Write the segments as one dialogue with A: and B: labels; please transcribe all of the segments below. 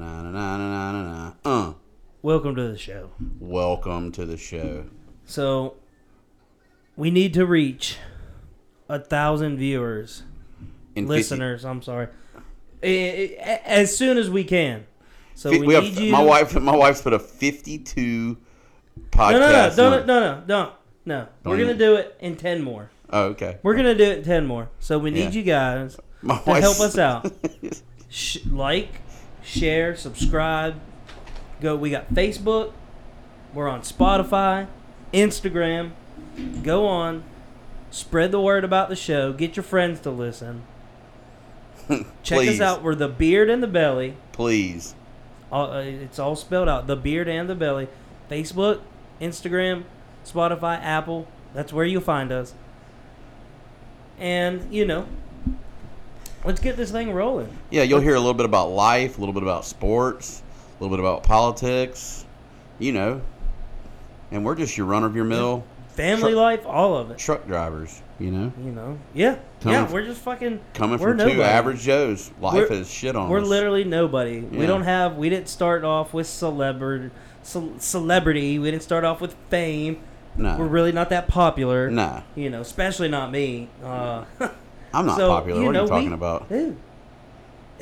A: Da-na-na-na-na-na-na-na-na-na. Uh,
B: Welcome to the show.
A: welcome to the show.
B: So, we need to reach a thousand viewers,
A: In 50
B: listeners. I'm sorry, I- I- as soon as we can. So
A: fi-
B: we,
A: we
B: need
A: have,
B: you.
A: my wife. My wife's put a fifty-two
B: No, no, no,
A: podcast.
B: no, no,
A: link.
B: no, no, no.
A: Don't
B: We're gonna
A: even-
B: do it in ten more.
A: Oh, okay.
B: We're gonna do it in ten more. So we need
A: Yeah.
B: you guys
A: My
B: to
A: wife's-
B: help us out. Sh- like, share, subscribe. Go. We got Facebook. We're on Spotify, Instagram. Go on. Spread the word about the show. Get your friends to listen. Check us
A: Please.
B: out. We're the Beard and the Belly.
A: Please.
B: All, uh, it's all spelled out. The Beard and the Belly. Facebook, Instagram, Spotify, Apple. That's where you'll find us. And you know, let's get this thing rolling.
A: Yeah, you'll hear a little bit about life, a little bit about sports, a little bit about politics, you know. And we're just your run of your mill
B: Family
A: Sure.
B: life, all of it.
A: truck drivers, you know.
B: You know, yeah,
A: Coming
B: yeah.
A: f-
B: We're just fucking
A: Coming
B: we're
A: from
B: nobody.
A: two average Joes, life
B: We're-
A: is shit on
B: We're
A: us.
B: literally nobody. We
A: Yeah.
B: don't have. We didn't start off with celebrity. Celebrity. We didn't start off with fame.
A: no,
B: We're really not that popular.
A: nah,
B: You know, especially not me. Uh,
A: I'm not
B: so,
A: popular.
B: You
A: What are
B: know,
A: you talking
B: we-
A: about?
B: dude,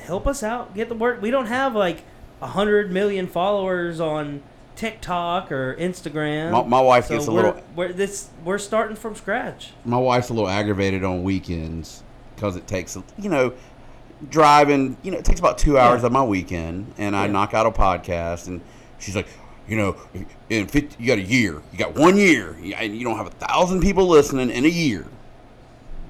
B: help us out. Get the word. We don't have like a hundred million followers on TikTok or Instagram.
A: My, my wife
B: so
A: gets a
B: we're,
A: little.
B: We're this. We're starting from scratch.
A: My wife's a little aggravated on weekends because it takes, a- you know, driving. You know, it takes about two hours
B: Yeah.
A: of my weekend, and I
B: Yeah.
A: knock out a podcast, and she's like, you know, in 50, you got a year, you got one year, and you don't have a thousand people listening in a year.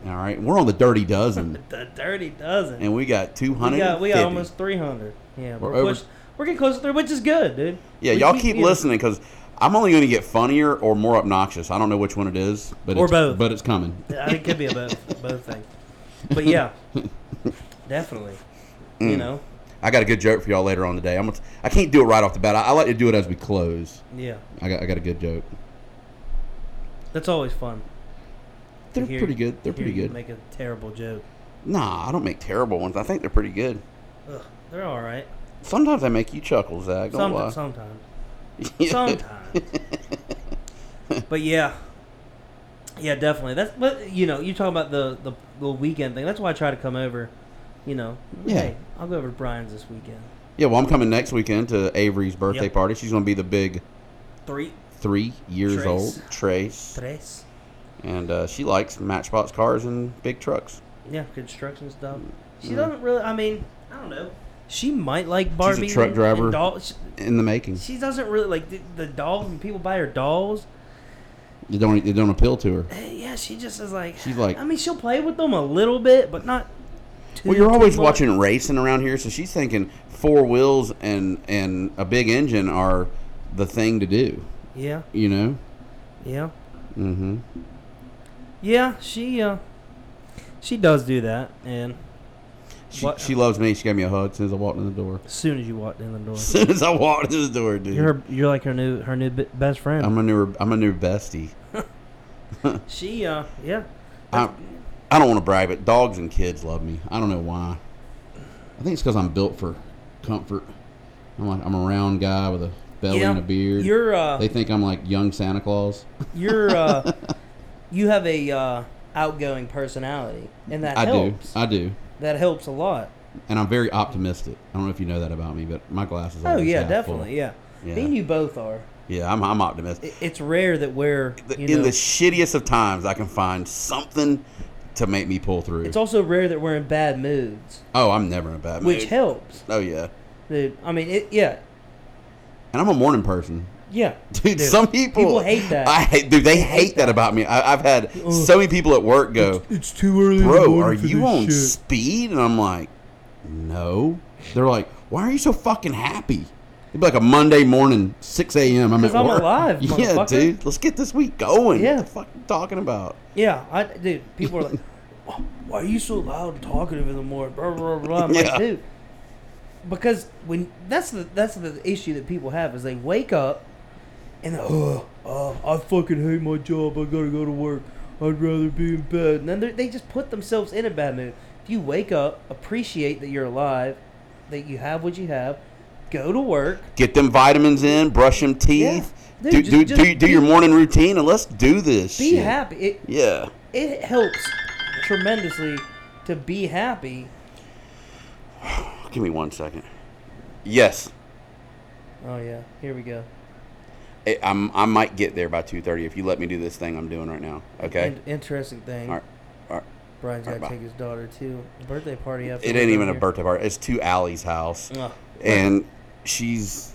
A: All right, we're on the dirty dozen,
B: The dirty dozen.
A: and we got two
B: We
A: hundred.
B: got, we got almost 300. Yeah, we're,
A: We're over-
B: push- we're getting close to three, which is good, dude.
A: Yeah,
B: We
A: y'all
B: keep-
A: keep
B: you know,
A: listening because I'm only going to get funnier or more obnoxious. I don't know which one it is, but
B: Or
A: it's,
B: both.
A: But it's coming.
B: I think it could be a both, both thing. But yeah, definitely.
A: Mm.
B: You know,
A: I got a good joke for y'all later on today. I'm gonna, I can't do it right off the bat. I, I like to do it as we close.
B: yeah,
A: I got I got a good joke.
B: that's always fun. to
A: They're
B: hear-
A: pretty good. They're
B: hear
A: pretty
B: you
A: good.
B: Make a terrible joke.
A: Nah, I don't make terrible ones. I think they're pretty good.
B: Ugh, they're all right.
A: Sometimes I make you chuckle, Zach. Don't
B: Sometimes,
A: lie.
B: sometimes,
A: Yeah.
B: sometimes. but yeah, yeah, definitely. That's but you know, you talk about the the, the weekend thing. That's why I try to come over. You know,
A: Yeah.
B: hey, I'll go over to Brian's this weekend.
A: yeah. Well, I'm coming next weekend to Avery's birthday
B: Yep.
A: party. She's gonna be the big
B: Three,
A: three years
B: Trace.
A: old Trace,
B: tres.
A: and uh, she likes Matchbox cars and big trucks.
B: Yeah, construction stuff. She
A: Mm.
B: doesn't really. I mean, I don't know. She might like Barbie.
A: truck
B: and-
A: driver.
B: and doll- she,
A: In the making,
B: she doesn't really like the, the dolls. When people buy her dolls,
A: they don't they don't appeal to her.
B: eh, yeah, she just is like.
A: She's like-
B: I mean, she'll play with them a little bit, but not. Too,
A: Well, you're
B: too
A: always
B: much.
A: watching racing around here, so she's thinking four wheels and and a big engine are the thing to do.
B: Yeah,
A: You know.
B: yeah,
A: Mm-hmm.
B: yeah. She uh, she does do that, and
A: She,
B: What-
A: she loves me. She gave me a hug as soon as I walked in the door.
B: as soon as you walked in the door,
A: As soon as I walked in the door, dude.
B: you're her, you're like her new her new b- best friend.
A: I'm a new I'm a new bestie.
B: she uh, yeah.
A: I, I don't want to brag, but dogs and kids love me. I don't know why. I think it's because I'm built for comfort. I'm like I'm a round guy with a belly
B: yeah,
A: and a beard.
B: You're uh,
A: they think I'm like young Santa Claus.
B: you're uh, you have a uh, outgoing personality, and that
A: I
B: helps.
A: do. I do.
B: that helps a lot.
A: and I'm very optimistic. I don't know if you know that about me, but my glasses.
B: Oh
A: always
B: yeah,
A: half full.
B: definitely. Yeah.
A: Yeah.
B: me and you both are.
A: Yeah, I'm, I'm optimistic.
B: I- It's rare that we're
A: The-
B: you
A: in
B: know,
A: the shittiest of times, I can find something to make me pull through.
B: it's also rare that we're in bad moods,
A: oh, I'm never in a bad mood.
B: which helps.
A: Oh yeah,
B: Dude, I mean, it, yeah,
A: and I'm a morning person.
B: yeah.
A: Dude, some people
B: people hate that.
A: I hate, dude, they hate that about me. I, I've had so many people at work go,
B: It's too early.
A: "Bro, are you on speed?" And I'm like, "No." They're like, "Why are you so fucking happy?" It'd be like a Monday morning, six a.m. I'm at
B: 'Cause I'm
A: work.
B: alive,
A: yeah,
B: motherfucker.
A: dude. Let's get this week going.
B: Yeah.
A: What the fuck you talking about?
B: Yeah, I dude. People are like, "Why- "Why are you so loud and talkative in the morning?" Blah blah blah. I'm
A: Yeah.
B: like, dude, because when that's the that's the issue that people have is they wake up and they're, oh, oh, I fucking hate my job. I gotta go to work. I'd rather be in bed. And then they- they just put themselves in a bad mood. If you wake up, appreciate that you're alive, that you have what you have. Go to work.
A: Get them vitamins in, brush them teeth,
B: Yeah. Dude,
A: do,
B: just-
A: do,
B: just
A: do, do
B: be-
A: your morning routine, and let's do this.
B: Be
A: shit.
B: happy. It
A: Yeah.
B: it helps tremendously to be happy.
A: Give me one second. Yes,
B: Oh yeah, here we go.
A: I- I'm, I might get there by 2.30 if you let me do this thing I'm doing right now. Okay?
B: In- interesting thing.
A: All right. All right.
B: Brian's
A: all
B: got
A: right, bye.
B: to take his daughter to a birthday party after.
A: It
B: we're
A: ain't
B: done
A: even a
B: here.
A: birthday party. It's to Allie's house.
B: Ugh.
A: and she's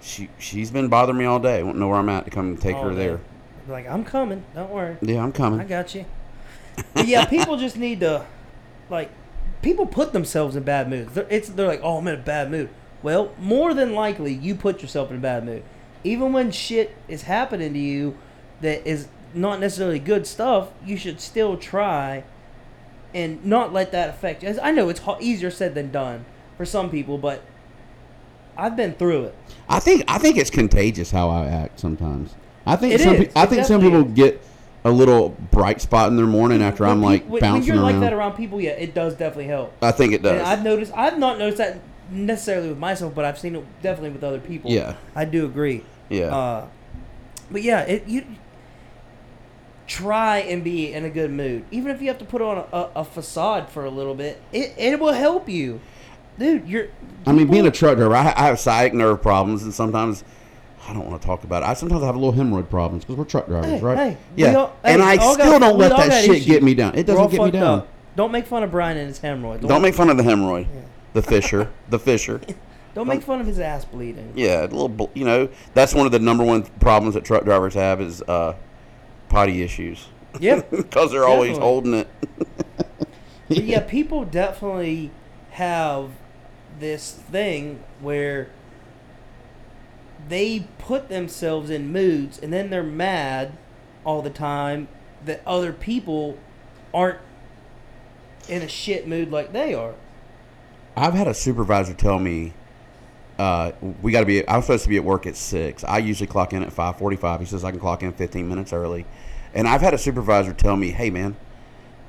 A: she she's been bothering me all day. Won't know where I'm at to come take
B: All
A: her
B: day.
A: there.
B: Oh, Like I'm coming. Don't worry.
A: Yeah, I'm
B: I
A: coming.
B: got you. But yeah, people just need to, like, people put themselves in bad moods. They're, it's they're like, oh, I'm in a bad mood. Well, more than likely, you put yourself in a bad mood, even when shit is happening to you that is not necessarily good stuff. You should still try and not let that affect you. As I know it's ho- easier said than done for some people, but I've been through it.
A: I think I think it's contagious how I act sometimes. I think
B: It
A: some
B: is.
A: pe- I
B: It
A: think some
B: definitely
A: people get a little bright spot in their morning after I'm
B: When
A: like
B: peop- when, when
A: bouncing
B: you're
A: around.
B: like that around people, yeah, it does definitely help.
A: I think it
B: And I've
A: does.
B: noticed. I've not noticed that necessarily with myself, but I've seen it definitely with other people.
A: Yeah.
B: I do agree.
A: Yeah.
B: Uh, but yeah, it you try and be in a good mood, even if you have to put on a, a, a facade for a little bit. It it will help you, dude. You're.
A: I mean, being a truck driver, I, I have sciatic nerve problems, and sometimes I don't want to talk about it. I sometimes have a little hemorrhoid problems because we're truck drivers,
B: Hey,
A: right?
B: hey, we
A: yeah,
B: all-
A: and
B: hey,
A: I
B: we all
A: still
B: got-
A: don't
B: we
A: let
B: all
A: that
B: got
A: shit
B: issues.
A: get me down. It
B: We're all
A: doesn't get me
B: fucked
A: down.
B: up. Don't make fun of Brian and his hemorrhoid.
A: Don't make fun of the hemorrhoid, the Fisher, the Fisher.
B: Don't make fun of his ass bleeding.
A: Yeah, a little. bl- You know, that's one of the number one problems that truck drivers have is uh, potty issues
B: Yeah.
A: because they're always
B: Definitely.
A: holding it.
B: But yeah, people definitely have this thing where they put themselves in moods and then they're mad all the time that other people aren't in a shit mood like they are.
A: I've had a supervisor tell me, uh, "We got to be." I'm supposed to be at work at six. I usually clock in at five forty-five. He says I can clock in fifteen minutes early, and I've had a supervisor tell me, "Hey, man,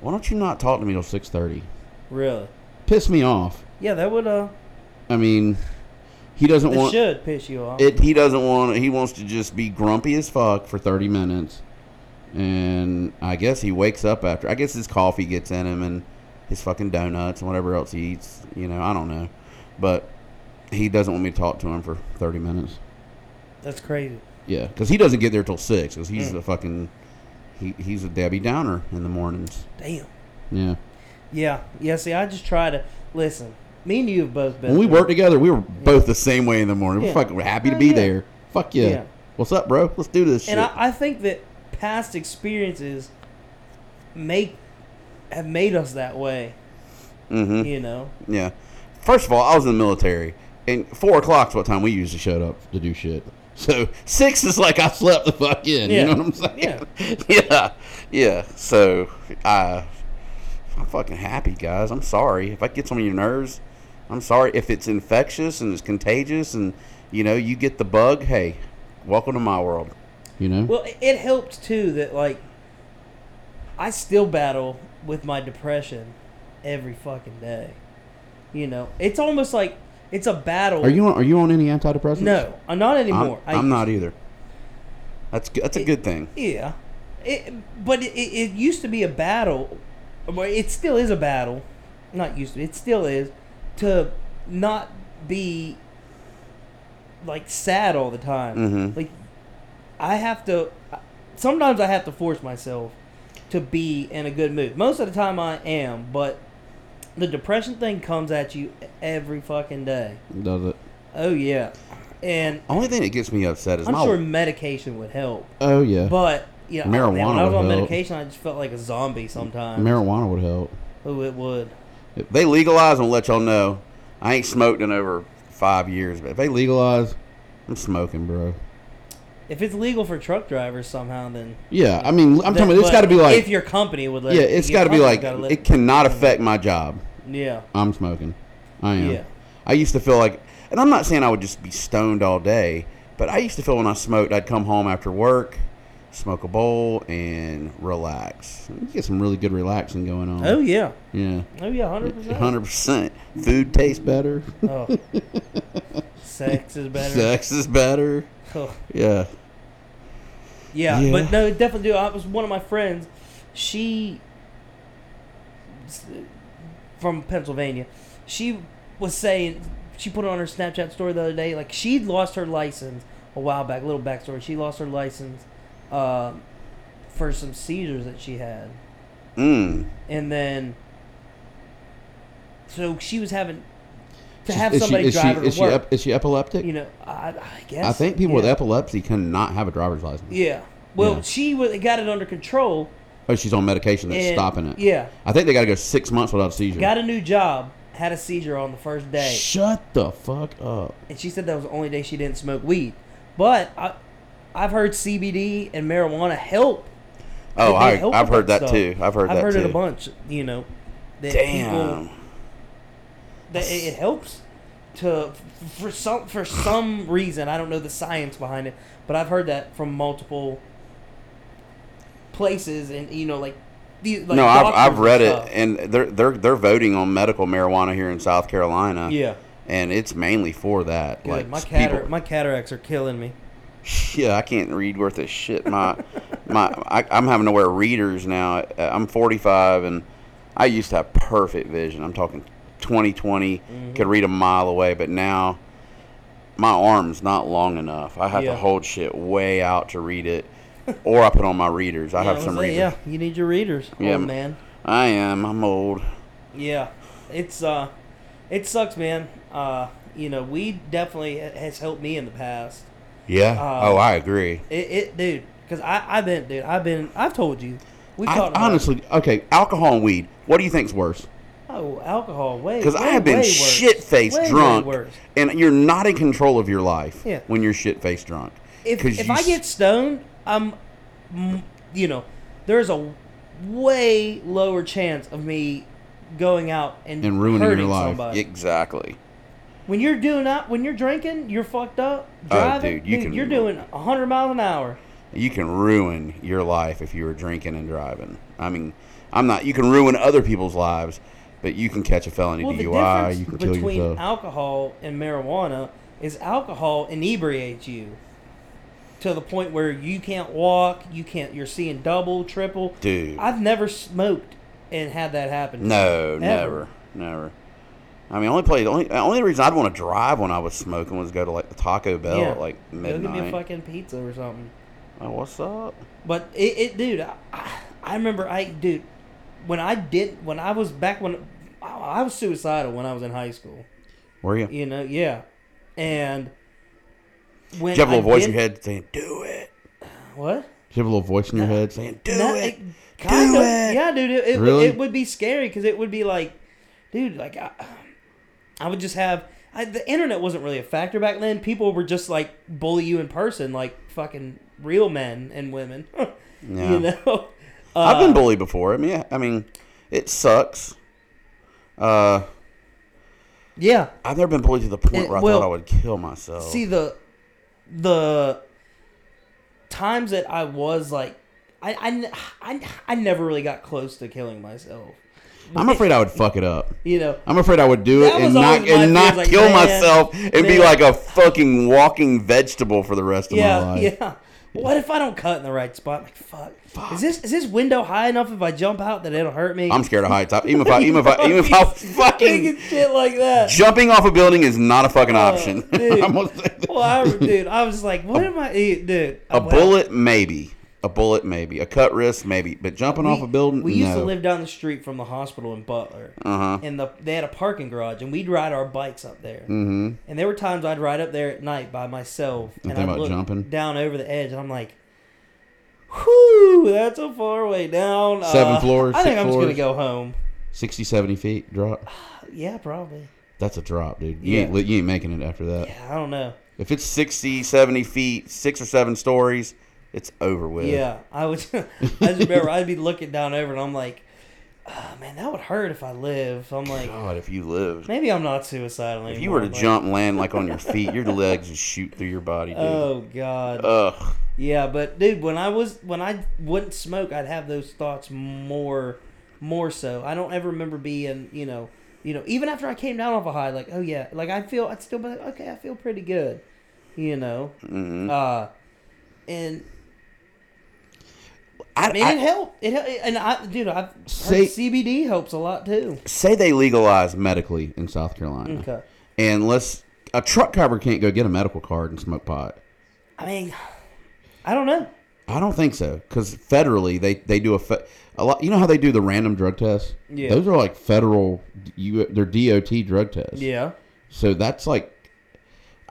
A: why don't you not talk to me till six thirty?
B: Really?
A: Piss me off.
B: Yeah, that would uh
A: I mean, he doesn't
B: that
A: want
B: should piss you off.
A: it. He doesn't want. He wants to just be grumpy as fuck for thirty minutes, and I guess he wakes up after. I guess his coffee gets in him and his fucking donuts and whatever else he eats. You know, I don't know, but he doesn't want me to talk to him for thirty minutes.
B: That's crazy.
A: Yeah, because he doesn't get there till six. Because
B: Mm.
A: he's a fucking he, he's a Debbie Downer in the mornings.
B: Damn.
A: Yeah.
B: Yeah. Yeah, see I just try to listen, me and you have both been
A: When we
B: through it.
A: worked together, we were both the same way in the morning.
B: Yeah.
A: We're fucking happy to
B: Oh,
A: be
B: yeah.
A: there. Fuck yeah.
B: Yeah.
A: What's up, bro? Let's do this shit.
B: And I, I think that past experiences make have made us that way.
A: mm-hmm.
B: You know,
A: Yeah. First of all, I was in the military, and four o'clock's what time we usually showed up to do shit. So six is like I slept the fuck in.
B: Yeah.
A: You know what I'm saying? Yeah. yeah. Yeah. So I, I'm fucking happy, guys. I'm sorry if I get some of your nerves. I'm sorry if it's infectious and it's contagious, and you know you get the bug. Hey, welcome to my world. You know.
B: well, it, it helped too that like I still battle with my depression every fucking day. You know, it's almost like it's a battle.
A: are you on, are you on any antidepressants?
B: No, I'm not
A: I'm,
B: anymore. I
A: I'm
B: used
A: not either. That's good. That's a
B: It-
A: good thing.
B: Yeah, it, but it, it used to be a battle. Well, it still is a battle. Not used to. It still is to not be like sad all the time.
A: Mhm.
B: Like I have to. Sometimes I have to force myself to be in a good mood. Most of the time I am, but the depression thing comes at you every fucking day.
A: Does it?
B: Oh yeah, and
A: Only thing that gets me upset is
B: I'm
A: my
B: sure medication would help.
A: Oh yeah,
B: But yeah,
A: Marijuana
B: man, when I was
A: would
B: on
A: help.
B: medication, I just felt like a zombie sometimes.
A: marijuana would help.
B: oh, it would.
A: If they legalize, I'll let y'all know. I ain't smoked in over five years, but if they legalize, I'm smoking, bro.
B: If it's legal for truck drivers somehow, then
A: Yeah, I mean, I'm talking.
B: then-
A: about It's
B: but
A: got to be like,
B: if your company would let.
A: yeah, it's
B: your
A: got to be
B: company
A: like
B: gotta let-
A: it cannot affect my job.
B: Yeah,
A: I'm smoking. I am.
B: Yeah.
A: I used to feel like, and I'm not saying I would just be stoned all day, but I used to feel when I smoked, I'd come home after work, smoke a bowl, and relax. You get some really good relaxing going on.
B: Oh yeah.
A: yeah.
B: Oh yeah. Hundred percent.
A: 100%. Food tastes better.
B: Oh. Sex is better.
A: Sex is better.
B: Oh.
A: Yeah.
B: Yeah,
A: Yeah.
B: but no, definitely do. I was one of my friends. She from Pennsylvania. She was saying she put on her Snapchat story the other day. Like she'd lost her license a while back. Little backstory: she lost her license uh, for some seizures that she had,
A: Mm.
B: and then so she was having to
A: She's-
B: have
A: is she-
B: somebody
A: is she,
B: drive her
A: is
B: to
A: she
B: work.
A: ep- is she epileptic?
B: you know, I, I guess
A: I think people with
B: yeah.
A: epilepsy cannot have a driver's license.
B: Yeah. Well,
A: Yeah.
B: she was, got it under control.
A: Oh, she's on medication that's
B: and-
A: stopping it.
B: Yeah.
A: I think they got to go six months without a seizure.
B: Got a new job, had a seizure on the first day,
A: Shut the fuck up.
B: and she said that was the only day she didn't smoke weed. But I, I've heard CBD and marijuana help.
A: Oh,
B: They
A: I,
B: help
A: I've
B: with
A: heard that
B: stuff.
A: too. I've heard
B: I've
A: that
B: heard
A: too.
B: it a bunch. You know, that
A: Damn.
B: people that it, it helps to f- for some for some reason I don't know the science behind it, but I've heard that from multiple places, and you know, like, the, like
A: no, I've,
B: doctors
A: I've read it,
B: stuff.
A: and they're they're they're voting on medical marijuana here in South Carolina.
B: yeah.
A: and it's mainly for that.
B: Good.
A: Like
B: my
A: s-
B: catar-
A: people-
B: my cataracts are killing me.
A: yeah, I can't read worth a shit. My my I, I'm having to wear readers now. Uh, I'm 45, and I used to have perfect vision. I'm talking 2020,
B: Mm-hmm.
A: could read a mile away, but now my arm's not long enough. I have
B: Yeah.
A: to hold shit way out to read it, or I put on my readers. I
B: Yeah,
A: have
B: was
A: some
B: like,
A: readers.
B: Yeah, you need your readers.
A: Yeah.
B: Oh man.
A: I am. I'm old.
B: Yeah, it's uh, it sucks, man. Uh, you know, weed definitely ha- has helped me in the past.
A: Yeah.
B: Uh,
A: oh, I agree.
B: It, it dude, because I I've been, dude, I've been, I've told you, we
A: I,
B: talked about-
A: honestly, okay, alcohol and weed. What do you think's worse?
B: Oh, alcohol, way.
A: Because
B: way,
A: I have been
B: way worse.
A: shit faced
B: Way, way
A: drunk,
B: worse.
A: and you're not in control of your life
B: Yeah.
A: when you're shit faced drunk.
B: If
A: 'Cause
B: if
A: you
B: I
A: s-
B: get stoned, I'm, mm, you know, there's a way lower chance of me going out and
A: and ruining
B: hurting
A: your life,
B: somebody.
A: exactly.
B: When you're doing that, when you're drinking, you're fucked up.
A: Oh,
B: Driving,
A: dude, you can-
B: are doing 100 miles an hour.
A: You can ruin your life if you were drinking and driving. I mean, I'm not. You can ruin other people's lives, but you can catch a felony
B: Well, the
A: DUI. You can
B: difference
A: kill
B: between
A: yourself.
B: alcohol and marijuana is alcohol inebriates you to the point where you can't walk, you can't, you're seeing double, triple.
A: Dude.
B: I've never smoked and had that happen. to me.
A: No,
B: Ever.
A: never, never. I mean, only play. The only, the only reason I'd want to drive when I was smoking was go to like the Taco Bell
B: Yeah.
A: at like
B: Go give me a
A: midnight.
B: fucking pizza or something.
A: oh, what's up?
B: But it, it dude, I, I- I remember I, dude, when I did, when I was back when I, I was suicidal when I was in high school.
A: Where are you?
B: You know, yeah. And when
A: Did you have a little
B: I
A: voice in
B: did-
A: your head saying, "Do it."
B: What?
A: Did you have a little voice in your head saying, "Do
B: No,
A: it,
B: kind
A: do
B: of,
A: it"?
B: Yeah, dude. It, it, would-
A: Really?
B: it would be scary because it would be like, dude, like I, I would just have. I, the internet wasn't really a factor back then. People were just like bully you in person, like fucking real men and women.
A: Yeah.
B: You know.
A: I've been
B: Uh,
A: bullied before. I mean, yeah, I mean, it sucks. Uh,
B: yeah.
A: I've never been bullied to the point
B: It-
A: where I
B: well,
A: thought I would kill myself.
B: See the the times that I was like I, I, n- I- I never really got close to killing myself.
A: I'm afraid I would fuck it up.
B: You know.
A: I'm afraid I would do it
B: That
A: and
B: was
A: not
B: always my
A: and not
B: fear, like,
A: kill
B: man,
A: myself and be
B: man.
A: like a fucking walking vegetable for the rest of my
B: Yeah,
A: life.
B: yeah. What if I don't cut in the right spot? Like fuck. Is this is this window high enough if I jump out that it'll hurt me?
A: I'm scared of heights. I, even if I, even if I, even if I fucking
B: Thinking shit like that.
A: jumping off a building is not a
B: Oh,
A: fucking option.
B: dude.
A: I'm gonna say that.
B: Well, I, dude, I was like, what am I, dude?
A: a bullet, maybe. A bullet, maybe. A cut wrist, maybe. But jumping off a building,
B: We used
A: no.
B: to live down the street from the hospital in Butler,
A: Uh-huh.
B: and the they had a parking garage, and we'd ride our bikes up there.
A: hmm
B: And there were times I'd ride up there at night by myself, and,
A: think
B: I'd
A: about
B: look
A: jumping?
B: down over the edge, and I'm like, "Whoo, that's a far way down."
A: Seven
B: Uh,
A: floors,
B: I think
A: six
B: I'm just gonna
A: floors.
B: go home.
A: 60, 70 feet drop.
B: Yeah, probably.
A: That's a drop, dude. You,
B: Yeah.
A: ain't, li- you ain't making it after that.
B: Yeah, I don't know.
A: If it's 60, 70 feet, six or seven stories, it's over with.
B: Yeah, I would. I just remember I'd be looking down over, and I'm like, oh, "Man, that would hurt if I live." I'm like,
A: God, if you lived.
B: maybe I'm not suicidal anymore.
A: If you were to
B: but-
A: jump and land like on your feet, your legs would shoot through your body, dude.
B: oh God,
A: Ugh.
B: Yeah, but dude, when I was when I wouldn't smoke, I'd have those thoughts more, more so. I don't ever remember being, you know, you know, even after I came down off a high, like oh yeah, like I feel, I'd still be like, okay, I feel pretty good, you know.
A: Mhm.
B: Uh, and
A: I,
B: man,
A: I-
B: it helped. It helped, and I, dude, I've heard
A: Say-
B: CBD helps a lot too.
A: say they legalize medically in South Carolina,
B: Okay,
A: and let's a truck driver can't go get a medical card and smoke pot.
B: I mean, I don't know.
A: I don't think so because federally they they do a, fe- a lot. You know how they do the random drug tests?
B: Yeah.
A: those are like federal. You they're DOT drug tests.
B: Yeah,
A: So that's like,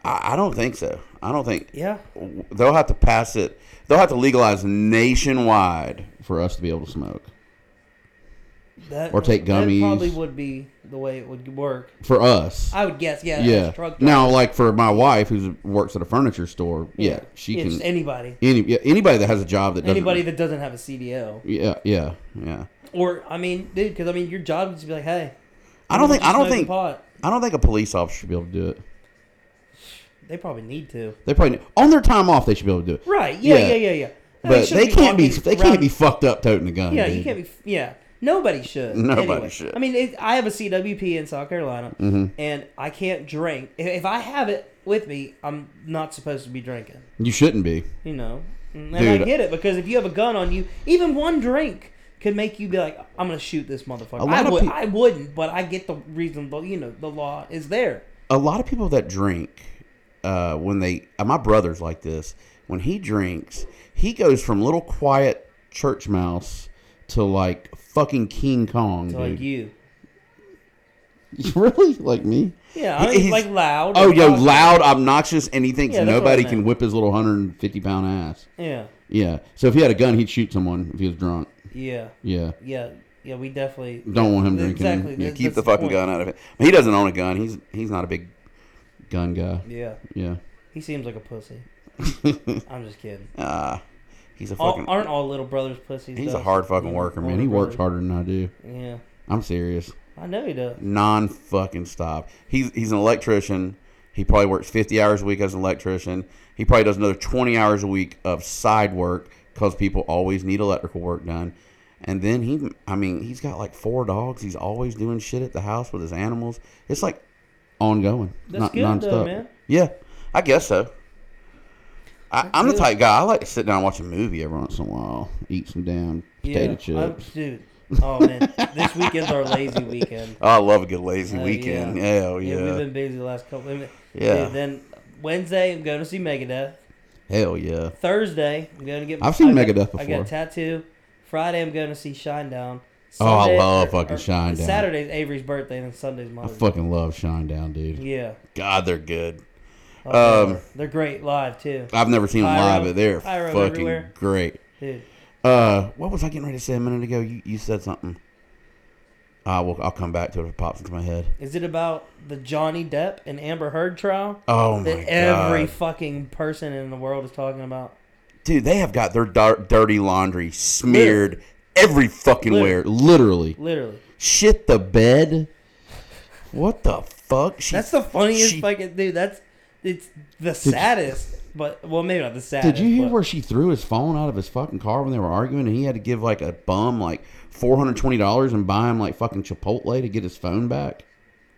A: I, I don't think so. I don't think
B: yeah,
A: they'll have to pass it. They'll have to legalize nationwide for us to be able to smoke.
B: that
A: Or take
B: That probably
A: gummies.
B: would be the way it would work.
A: For us,
B: I would guess. Yeah, as a
A: yeah.
B: truck driver.
A: Now, like for my wife who works at a furniture store, yeah, she
B: Yeah,
A: can.
B: just anybody.
A: any yeah, anybody that has a job that doesn't
B: Anybody that doesn't have a CDL,
A: yeah yeah yeah
B: or I mean, dude, because I mean, your job is to be like, hey,
A: I don't
B: you
A: think- I don't
B: smoking
A: think-
B: pot.
A: I don't think a police officer should be able to do it.
B: They probably need to.
A: They probably on their time off they should be able to do it.
B: Right? Yeah,
A: Yeah.
B: yeah, yeah, yeah. No,
A: But
B: shouldn't
A: they can't be
B: walking
A: they
B: around-
A: can't be fucked up toting a gun.
B: Yeah,
A: dude.
B: you can't be. Yeah, nobody should.
A: Nobody
B: anyway.
A: should. Mm-hmm.
B: I mean, it, I have a CWP in South Carolina, and I can't drink. If, if I have it with me, I'm not supposed to be drinking.
A: You shouldn't be.
B: You know, and I
A: Dude.
B: get it because if you have a gun on you, even one drink could make you be like, "I'm gonna shoot this motherfucker."
A: A lot
B: I,
A: of
B: would,
A: peo-
B: I wouldn't, but I get the reason. The you know, the law is there.
A: A lot of people that drink, uh, when they uh, my brother's like this. When he drinks, he goes from little quiet church mouse to like fucking King Kong,
B: So,
A: dude.
B: like you,
A: really? Like me?
B: yeah, I
A: He-
B: mean,
A: he's-
B: like loud.
A: Oh,
B: and
A: yo,
B: obnoxious.
A: loud, obnoxious, and he thinks
B: Yeah, that's what I
A: nobody
B: meant.
A: can whip his little 150 pound ass.
B: Yeah,
A: Yeah. So if he had a gun, he'd shoot someone if he was drunk.
B: yeah,
A: Yeah.
B: yeah, yeah. We definitely
A: Don't want him drinking.
B: Exactly.
A: Yeah,
B: That-
A: keep
B: that's
A: the fucking
B: point.
A: gun out of it. He doesn't own a gun. He's he's not a big gun guy.
B: Yeah,
A: Yeah.
B: he seems like a pussy. I'm just kidding.
A: Ah, he's a
B: All,
A: fucking.
B: aren't all little brothers pussies?
A: he's
B: though?
A: a hard fucking
B: Yeah,
A: worker, man.
B: older
A: He works
B: brother.
A: harder than I do.
B: Yeah,
A: I'm serious.
B: I know he does.
A: Non fucking stop. He's he's an electrician. He probably works 50 hours a week as an electrician. He probably does another 20 hours a week of side work because people always need electrical work done. And then he, I mean, he's got like four dogs. He's always doing shit at the house with his animals. It's like ongoing,
B: That's
A: not
B: good,
A: nonstop.
B: though, man.
A: Yeah, I guess so. I, I'm the
B: good.
A: type guy. I like to sit down and watch a movie every once in a while, eat some damn potato
B: yeah, I'm-
A: chips.
B: dude. Oh man, this weekend's our lazy weekend.
A: Oh, I love a good lazy
B: Oh,
A: weekend.
B: yeah.
A: Hell yeah,
B: we've been busy the last couple. Of,
A: Yeah.
B: then Wednesday, I'm going to see Megadeth.
A: hell yeah.
B: Thursday, I'm going to get.
A: I've seen
B: I got-
A: Megadeth
B: I got
A: before.
B: a tattoo. Friday, I'm going to see Shinedown.
A: Oh, I
B: Sunday-
A: love fucking Shinedown.
B: Saturday's Avery's birthday, and then Sunday's
A: I
B: mine.
A: fucking love Shinedown, dude.
B: Yeah.
A: God, they're good.
B: Oh,
A: Um,
B: they're- they're great live too,
A: I've never seen them
B: Pyro-
A: live, but they're
B: pyro
A: fucking
B: everywhere.
A: great.
B: dude.
A: Uh, what was I getting ready to say a minute ago? You, you said something. I will. I'll come back to it if it pops into my head.
B: Is it about the Johnny Depp and Amber Heard trial
A: Oh my
B: that
A: god,
B: every fucking person in the world is talking about?
A: dude! They have got their dar- dirty laundry smeared every fucking
B: Literally.
A: where. Literally,
B: Literally,
A: shit the bed. What the fuck? She,
B: that's the funniest
A: she-
B: fucking dude. That's it's the saddest, but well, maybe not the saddest.
A: Did you hear
B: but-
A: where she threw his phone out of his fucking car when they were arguing, and he had to give like a bum like four hundred twenty dollars and buy him like fucking Chipotle to get his phone back?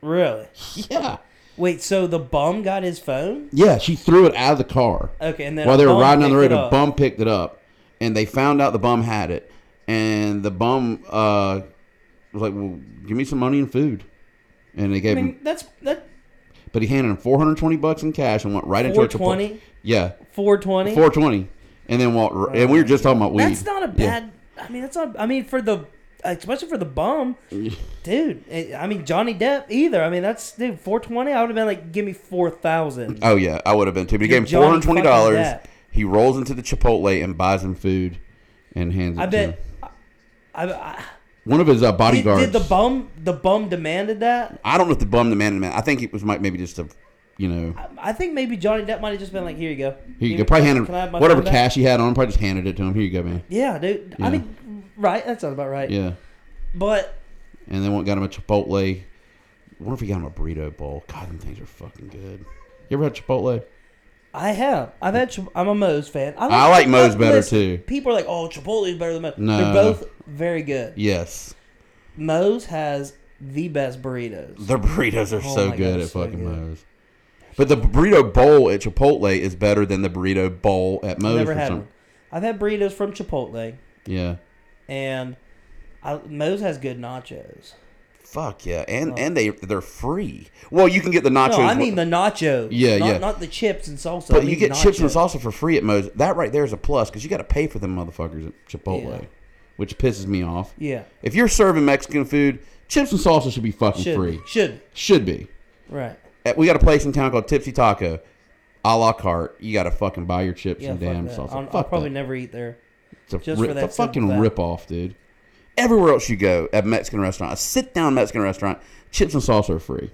B: Really?
A: Yeah,
B: Wait, so the bum got his phone?
A: yeah. She threw it out of the car
B: Okay, and then
A: while
B: a
A: they were
B: bum
A: riding down the
B: picked
A: road.
B: it
A: A
B: up.
A: bum picked it up, and they found out the bum had it, and the bum uh was like, "Well, give me some money and food," and they
B: I
A: gave him,
B: mean, that's that
A: but he handed him four hundred twenty bucks in cash and went right into a Chipotle.
B: 420,
A: Yeah,
B: 420.
A: four twenty, and then walked. r- and we were just talking about weed.
B: That's not a
A: Yeah.
B: bad. I mean, that's not. I mean, for the especially for the bum, dude. eh, I mean, Johnny Depp either. I mean, that's dude four twenty. I would have been like, give me four thousand.
A: Oh yeah, I would have been too. But he gave him four
B: Johnny
A: hundred twenty dollars.
B: fucking Depp.
A: He rolls into the Chipotle and buys him food, and hands it
B: I
A: to
B: bet.
A: him.
B: I, I,
A: One of his uh,
B: I, did,
A: bodyguards.
B: did the bum the bum demanded that?
A: I don't know if the bum demanded man. I think it was might maybe just a, you know,
B: I- I think maybe Johnny Depp might have just been like, here you go.
A: he
B: Here-
A: could probably hand
B: can I have
A: him
B: my
A: whatever
B: phone back?
A: cash he had on. him, Probably just handed it to him. Here you go, man.
B: Yeah, dude.
A: Yeah.
B: I mean, right. That sounds about right.
A: Yeah,
B: But
A: and then went and got him a Chipotle. Wonder if he got him a burrito bowl. God, them things are fucking good. You ever had Chipotle?
B: I have. I've had. Chip- I'm a Moe's fan.
A: I like Moe's
B: Chipotle-
A: better,
B: listen,
A: too.
B: People are like, "Oh, Chipotle is better than Moe's."
A: No.
B: They're both very good.
A: Yes,
B: Moe's has the best burritos.
A: their burritos are
B: Oh
A: so
B: my
A: good
B: God,
A: at
B: so
A: fucking
B: good.
A: Moe's. But the burrito bowl at Chipotle is better than the burrito bowl at Moe's.
B: Never
A: for
B: had
A: some-
B: one. I've had burritos from Chipotle,
A: Yeah.
B: and I, Moe's has good nachos.
A: Fuck yeah, and and they they're free. Well, you can get the nachos.
B: No, I mean the nachos.
A: Yeah,
B: not,
A: yeah.
B: Not the chips and salsa. I
A: but you
B: mean
A: get chips and
B: nachos.
A: salsa for free at Moe's. That right there is a plus because you got to pay for them motherfuckers at Chipotle,
B: Yeah.
A: which pisses me off.
B: Yeah,
A: If you're serving Mexican food, chips and salsa should be fucking
B: should
A: free.
B: should
A: Should be.
B: right.
A: Uh, We got a place in town called Tipsy Taco, a la carte. You got to fucking buy your chips
B: Yeah,
A: and
B: fuck
A: damn
B: that.
A: salsa.
B: I'll,
A: fuck
B: I'll probably
A: that.
B: never eat there.
A: It's a,
B: just
A: rip-
B: for that
A: it's a fucking
B: simple fact.
A: rip off, dude. Everywhere else you go at Mexican restaurant, a sit down Mexican restaurant, chips and salsa are free.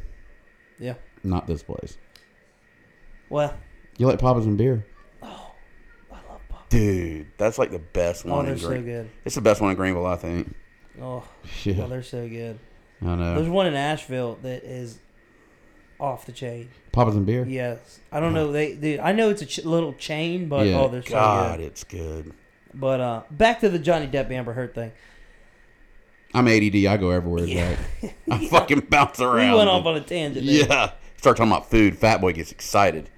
B: Yeah.
A: Not this place.
B: Well,
A: You like Papa's and beer.
B: Oh, I love pop.
A: Dude, that's like the best
B: Oh,
A: one
B: they're
A: in
B: so
A: Greenville.
B: good.
A: it's the best one in Greenville, I think.
B: Oh,
A: Shit.
B: well, they're so good.
A: I know.
B: There's one in Asheville that is off the chain.
A: Papa's and beer.
B: Yes, I don't know. They, dude, I know it's a ch- little chain, but
A: Yeah.
B: oh, they're so
A: God,
B: good.
A: it's good.
B: But uh, back to the Johnny Depp Amber Heard thing.
A: I'm ADD. I go everywhere.
B: Yeah.
A: Zach. I fucking bounce
B: We
A: around.
B: went off on a tangent. there.
A: yeah. Start talking about food. Fat boy gets excited.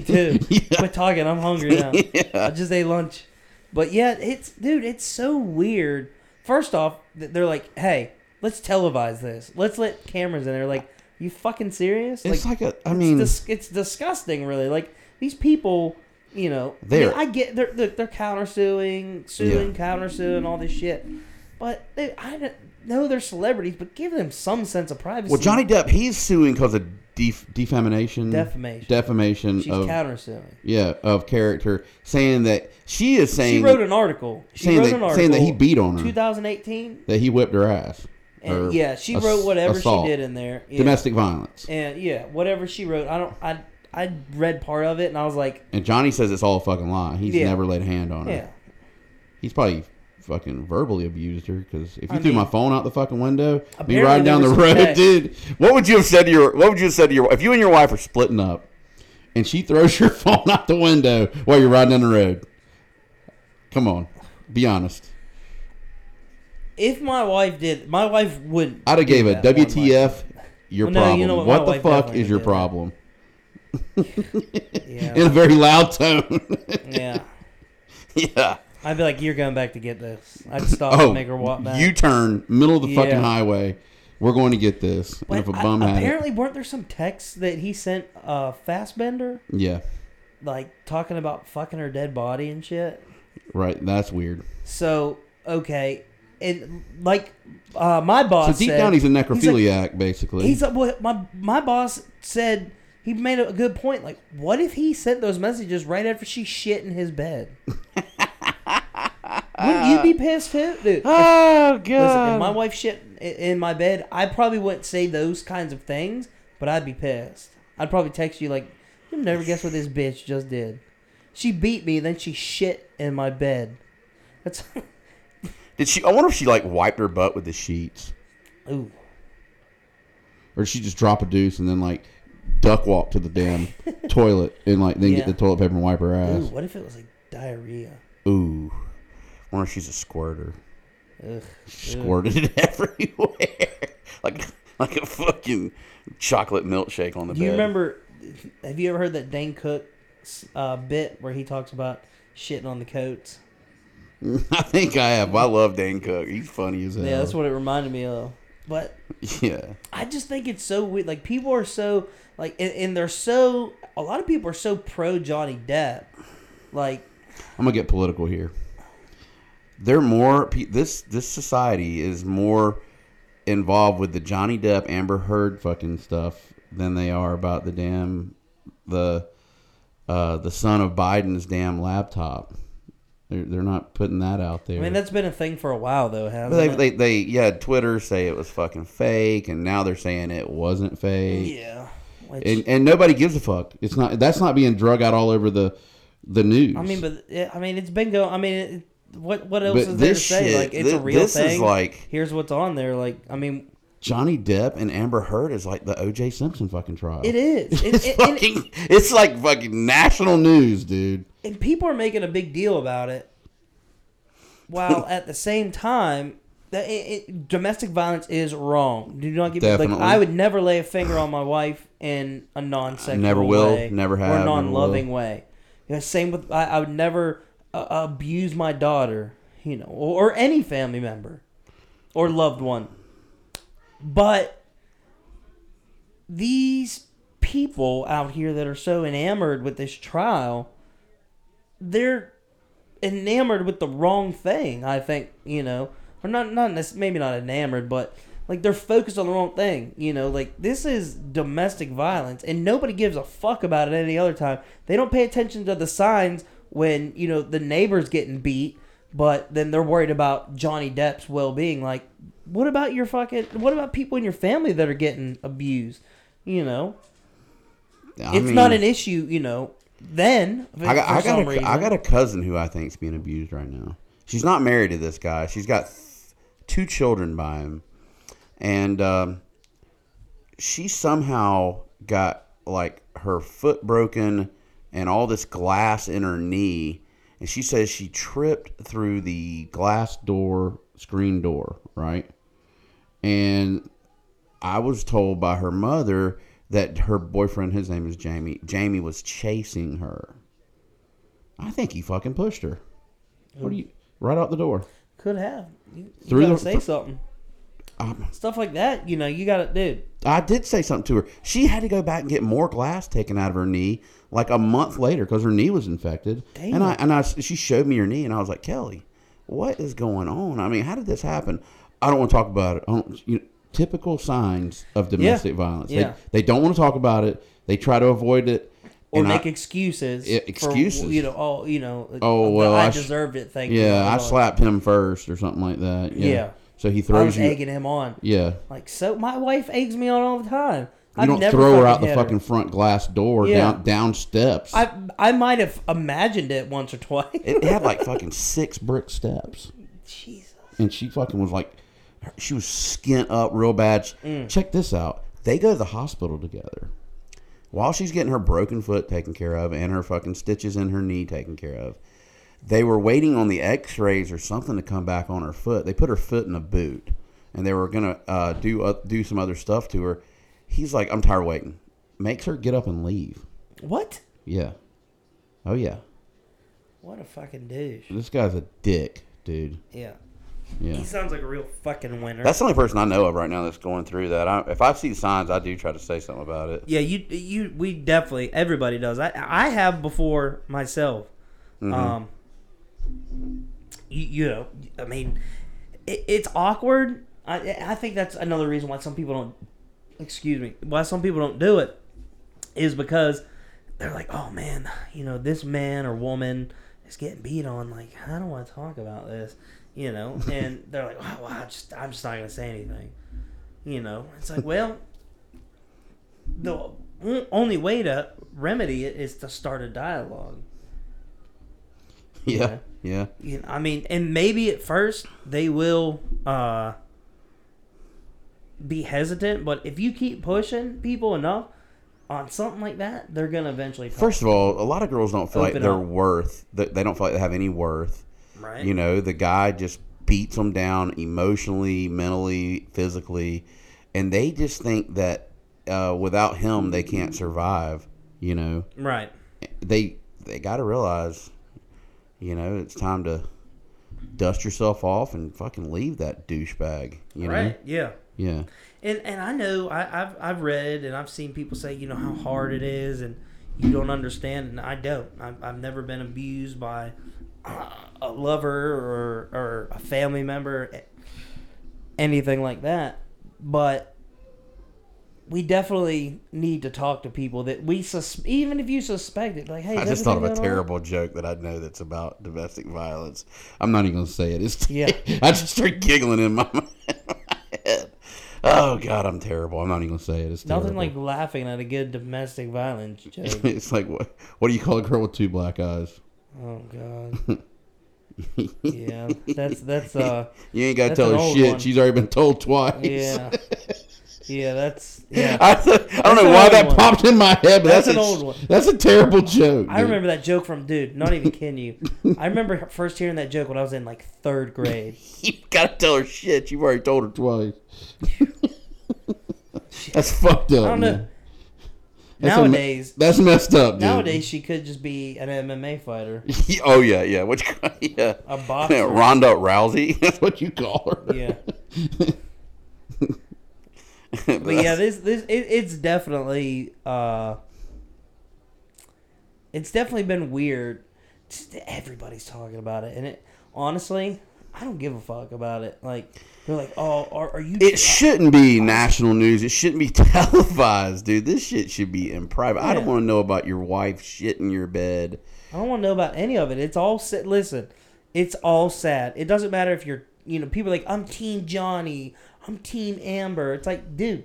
B: too. Quit talking. I'm hungry now. I just ate lunch. But yeah, it's dude, it's so weird. First off, th- they're like, "Hey, let's televise this. Let's let cameras in." They're like, "You fucking serious?"
A: It's like, a. I
B: it's,
A: mean,
B: dis- it's disgusting, really. Like these people, you know,
A: They're-
B: I get they're they're, they're countersuing, suing,
A: Yeah.
B: countersuing, all this shit. But they, I don't know they're celebrities, but give them some sense of privacy.
A: well, Johnny Depp, he's suing because of def- defamation,
B: Defamation.
A: defamation
B: she's
A: of
B: countersuing.
A: yeah of character, saying that she is saying
B: She wrote an article. She
A: saying
B: wrote
A: that-
B: an article
A: saying that he beat on her.
B: 2018,
A: that he whipped her ass.
B: and
A: or
B: yeah, she
A: ass-
B: wrote whatever
A: assault.
B: she did in there. Yeah.
A: domestic violence.
B: And yeah, whatever she wrote, I don't. I I read part of it, and I was like,
A: And Johnny says it's all a fucking lie. He's
B: Yeah.
A: never laid a hand on her.
B: yeah,
A: He's probably fucking verbally abused her because if you
B: I
A: threw my
B: mean-
A: phone out the fucking window, me
B: Apparently
A: riding down the
B: there was
A: road,
B: some sex.
A: dude, what would you have said to your what would you have said to your if you and your wife are splitting up and she throws your phone out the window while you're riding down the road? Come on. Be honest.
B: if my wife did, my wife wouldn't.
A: I'd have
B: do
A: gave a
B: that one night.
A: WTF your
B: Well, no,
A: problem.
B: you know what?
A: what
B: My
A: the
B: wife
A: fuck
B: definitely
A: is your
B: would do that.
A: problem? In a
B: Yeah,
A: very loud tone.
B: yeah.
A: yeah.
B: I'd be like, you're going back to get this. I'd stop
A: Oh,
B: and make her walk back.
A: U turn, middle of the fucking
B: Yeah.
A: highway. We're going to get this.
B: But
A: and if a
B: I-
A: bum had it,
B: apparently, weren't there some texts that he sent uh, Fassbender,
A: yeah,
B: like talking about fucking her dead body and shit?
A: right. That's weird.
B: So okay, and like uh, my boss.
A: So deep
B: said-
A: down, he's a
B: He's
A: necrophiliac, basically.
B: like, he's like well, my my boss said he made a good point. Like, what if he sent those messages right after she shit in his bed? Wouldn't you be pissed too, dude? if-
A: oh
B: Listen, if my wife shit i- in my bed, I probably wouldn't say those kinds of things, but I'd be pissed. I'd probably text you like, "You'll never guess what this bitch just did. She beat me, then she shit in my bed." That's
A: Did she? I wonder if she like wiped her butt with the sheets,
B: ooh.
A: or did she just drop a deuce and then like duck walk to the damn toilet and like then get
B: Yeah.
A: the toilet paper and wipe her
B: Ooh,
A: ass?
B: what if it was like diarrhea?
A: Ooh, wonder if she's a squirter.
B: Ugh.
A: Squirted it everywhere, like like a fucking chocolate milkshake on the
B: Do
A: bed.
B: you remember? Have you ever heard that Dane Cook uh, bit where he talks about shitting on the coats?
A: I think I have. I love Dan Cook. He's funny as hell.
B: Yeah, that's what it reminded me of. But
A: Yeah.
B: I just think it's so weird. Like people are so like, and, and they're so. A lot of people are so pro Johnny Depp. Like,
A: I'm gonna get political here. They're more pe- this this society is more involved with the Johnny Depp Amber Heard fucking stuff than they are about the damn the uh, the son of Biden's damn laptop. They're, they're not putting that out there.
B: I mean, that's been a thing for a while though, hasn't
A: they,
B: it?
A: they, they yeah Twitter say it was fucking fake and now they're saying it wasn't fake.
B: yeah. Which,
A: and, and nobody gives a fuck. It's not that's not being drug out all over the the news.
B: I mean, but yeah, I mean, it's been going. I mean, it, what what else
A: But
B: is there to
A: this
B: say?
A: shit,
B: like, it's
A: thi-
B: a real
A: this is
B: thing.
A: like-
B: here's what's on there. Like, I mean,
A: Johnny Depp and Amber Heard is like the O.J. Simpson fucking trial.
B: It is. And-
A: It's
B: and- and-
A: fucking. it's like fucking national news, dude.
B: and people are making a big deal about it while at the same time that it, it, domestic violence is wrong do not get me like
A: Definitely.
B: i would never lay a finger on my wife in a non-sexual
A: Never will,
B: way
A: never have,
B: or
A: never
B: non-loving way you know, same with i, I would never uh, abuse my daughter you know or, or any family member or loved one but these people out here that are so enamored with this trial, they're enamored with the wrong thing. I think you know, or not not nec- maybe not enamored, but like they're focused on the wrong thing. You know, like this is domestic violence, and nobody gives a fuck about it any other time. They don't pay attention to the signs when you know the neighbor's getting beat. But then they're worried about Johnny Depp's well being. Like, what about your fucking? What about people in your family that are getting abused? You know,
A: I
B: it's
A: mean,
B: not an issue, you know. Then
A: I got,
B: for
A: I,
B: some
A: got
B: reason,
A: a, I got a cousin who I think's being abused right now. She's not married to this guy. She's got th- two children by him, and um, she somehow got like her foot broken and all this glass in her knee. And she says she tripped through the glass door, screen door, right? And I was told by her mother that her boyfriend, his name is Jamie, Jamie was chasing her. I think he fucking pushed her. What do you? Right out the door.
B: could have. You, you
A: Through
B: gotta
A: the-
B: say something.
A: Um,
B: Stuff like that, you know, you got to, dude.
A: I did say something to her. She had to go back and get more glass taken out of her knee, like a month later, because her knee was infected.
B: Damn.
A: And I and I she showed me her knee, and I was like, Kelly, what is going on? I mean, how did this happen? I don't want to talk about it. I don't, you know, typical signs of domestic violence.
B: Yeah.
A: They, they don't want to talk about it. They try to avoid it.
B: Or
A: And I-
B: make excuses.
A: Yeah,
B: for,
A: excuses.
B: you know, oh, you know,
A: Oh,
B: the
A: well,
B: I,
A: I sh-
B: deserved it. Thank you.
A: Yeah, I
B: Lord.
A: slapped him first or something like that. Yeah.
B: Yeah.
A: So he
B: I
A: throws
B: was
A: you.
B: egging him on.
A: Yeah.
B: Like, so my wife eggs me on all the time.
A: You
B: I've
A: don't
B: never
A: throw her
B: fucking
A: out the
B: hit
A: fucking front glass door
B: Yeah.
A: down down steps.
B: I, I might have imagined it once or twice.
A: it had like fucking six brick steps,
B: Jesus.
A: and she fucking was like, she was skint up real bad.
B: Mm.
A: Check this out. They go to the hospital together. While she's getting her broken foot taken care of and her fucking stitches in her knee taken care of, they were waiting on the X-rays or something to come back on her foot. They put her foot in a boot, and they were gonna uh, do uh, do some other stuff to her. He's like, "I'm tired of waiting." Makes her get up and leave.
B: What?
A: Yeah. Oh yeah.
B: What a fucking douche.
A: This guy's a dick, dude.
B: Yeah.
A: Yeah.
B: He sounds like a real fucking winner.
A: That's the only person I know of right now that's going through that. I, if I see signs, I do try to say something about it.
B: Yeah, you you we definitely everybody does. I I have before myself. Um, you, you know, I mean, it, it's awkward. I I think that's another reason why some people don't. Excuse me. Why some people don't do it is because they're like, oh man, you know, this man or woman is getting beat on. Like, how do I talk about this? You know, and they're like, oh, well, I just I'm just not gonna say anything. You know, it's like, well, the o- only way to remedy it is to start a dialogue.
A: Yeah. Yeah.
B: You know, I mean, and maybe at first they will uh, be hesitant, but if you keep pushing people enough on something like that, they're gonna eventually. Talk,
A: First of all, a lot of girls don't feel like
B: Open
A: they're
B: up.
A: worth. That they don't feel like they have any worth.
B: right?
A: You know, the guy just beats them down emotionally, mentally, physically, and they just think that uh, without him they can't survive. You know,
B: right?
A: they they got to realize, you know, it's time to dust yourself off and fucking leave that douchebag. You know,
B: Right? Yeah.
A: yeah.
B: And and I know I, I've I've read and I've seen people say you know how hard it is and you don't understand and I don't I've, I've never been abused by uh, a lover or or a family member eh, anything like that but we definitely need to talk to people that we sus- even if you suspect it like hey
A: I
B: is
A: just thought of a
B: everything going on?
A: terrible joke that I know that's about domestic violence. I'm not even going to say it. It's
B: Yeah.
A: I just start giggling in my, my head. Oh God, I'm terrible. I'm not even going to say it. It's terrible.
B: nothing like laughing at a good domestic violence joke
A: it's like what? What do you call a girl with two black eyes?
B: oh god yeah that's that's uh
A: You ain't got to
B: That's uh, an
A: tell her
B: old
A: shit.
B: one.
A: She's already been told twice.
B: Yeah. Yeah, that's yeah.
A: I, th- I don't
B: That's
A: know
B: an
A: why
B: old
A: that
B: one.
A: popped in my head, but that's,
B: That's
A: an
B: an
A: a,
B: old one.
A: That's a terrible joke.
B: I
A: dude.
B: remember that joke from dude. Not even kidding you. I remember first hearing that joke when I was in like third grade.
A: You gotta tell her shit. You've already told her twice. that's fucked up.
B: I don't know.
A: man. That's a me-
B: nowadays,
A: that's messed up. Dude.
B: nowadays she could just be an MMA fighter,
A: oh yeah, yeah. What you call? Yeah.
B: a
A: Yeah,
B: boxer.
A: Ronda Rousey. That's what you call her.
B: Yeah.
A: but
B: But yeah, this this it, it's definitely uh, it's definitely been weird. Just that everybody's talking about it, and it honestly, I don't give a fuck about it. Like they're like, oh, are, are you?
A: it shouldn't be national news. It shouldn't be televised, dude. This shit should be in private. I don't
B: Yeah.
A: want to know about your wife shit in your bed.
B: I don't want to know about any of it. It's all sad. Listen, it's all sad. It doesn't matter if you're, you know, people are like, I'm Team Johnny. I'm Team Amber. It's like, dude,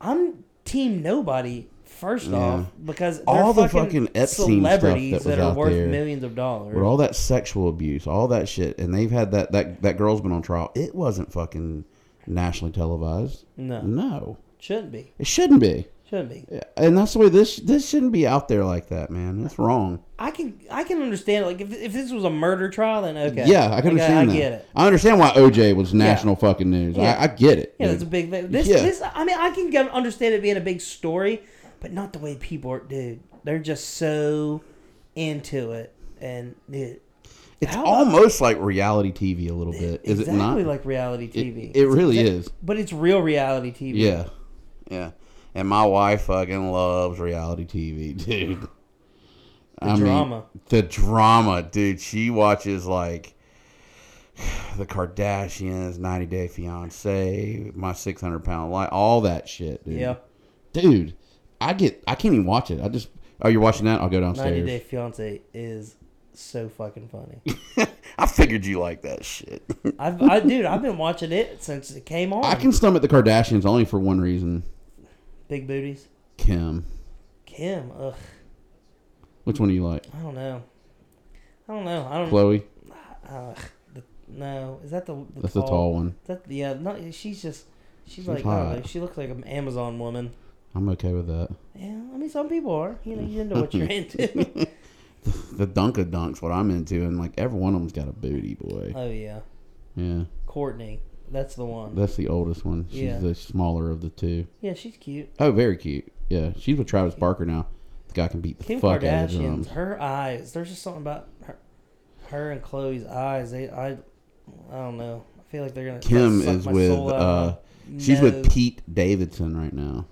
B: I'm Team Nobody. First off, because they're
A: All the fucking
B: fucking,
A: Epstein stuff
B: celebrities
A: that was
B: that, are
A: out
B: worth
A: there.
B: millions of dollars.
A: With all that sexual abuse, all that shit, and they've had that that that girl's been on trial. It wasn't fucking nationally televised.
B: No.
A: no,
B: shouldn't be.
A: it shouldn't be.
B: Shouldn't be.
A: And that's the way this this shouldn't be out there like that, man. That's wrong.
B: I can I can understand like if, if this was a murder trial, then okay.
A: Yeah, I can
B: Like,
A: understand that.
B: I, get it.
A: I understand why OJ was national fucking news.
B: Yeah.
A: I, I get it.
B: Yeah,
A: dude.
B: that's a big thing. This,
A: Yeah.
B: this, I mean, I can get, understand it being a big story, but not the way people are, dude. They're just so into it, and dude,
A: it's
B: how about-
A: almost like reality TV a little bit, is
B: exactly
A: it not?
B: like reality
A: It-
B: TV.
A: It, really is.
B: but it's real reality TV.
A: Yeah, yeah. And my wife fucking loves reality TV, dude. The
B: drama.
A: the drama, dude. She watches like the Kardashians, 90 Day Fiance, My 600 Pound Life, all that shit, dude.
B: yeah.
A: dude. I get. I can't even watch it. I just. Oh, you're watching that? I'll go
B: Ninety Day
A: downstairs.
B: Fiance is so fucking funny.
A: I figured you like that shit.
B: I've, I, dude, I've been watching it since it came on.
A: I can stomach the Kardashians only for one reason:
B: big booties.
A: Kim.
B: Kim, ugh,
A: Which one do you like,
B: I don't know. I don't know. I don't.
A: Chloe?
B: Ugh, the, no, is that the, the
A: That's the tall one.
B: That yeah, no, she's just she's, like I don't know,
A: hot.
B: she looks like an Amazon woman.
A: I'm okay with that.
B: Yeah, I mean some people are. You know, you into what you're into.
A: The Dunka Dunk's what I'm into, and like every one of them's got a booty, boy.
B: oh yeah,
A: Yeah,
B: Courtney, that's the one.
A: that's the oldest one. She's
B: Yeah.
A: the smaller of the two.
B: Yeah, she's cute.
A: Oh, very cute. Yeah, she's with Travis Barker now. The guy can beat the
B: Kim
A: fuck um? out of him.
B: Kardashian's her eyes. There's just something about her, her and Chloe's eyes. They I, I don't know. I feel like they're gonna.
A: Kim
B: suck
A: is
B: my
A: with.
B: soul out of
A: uh
B: my-
A: She's
B: No.
A: with Pete Davidson right now.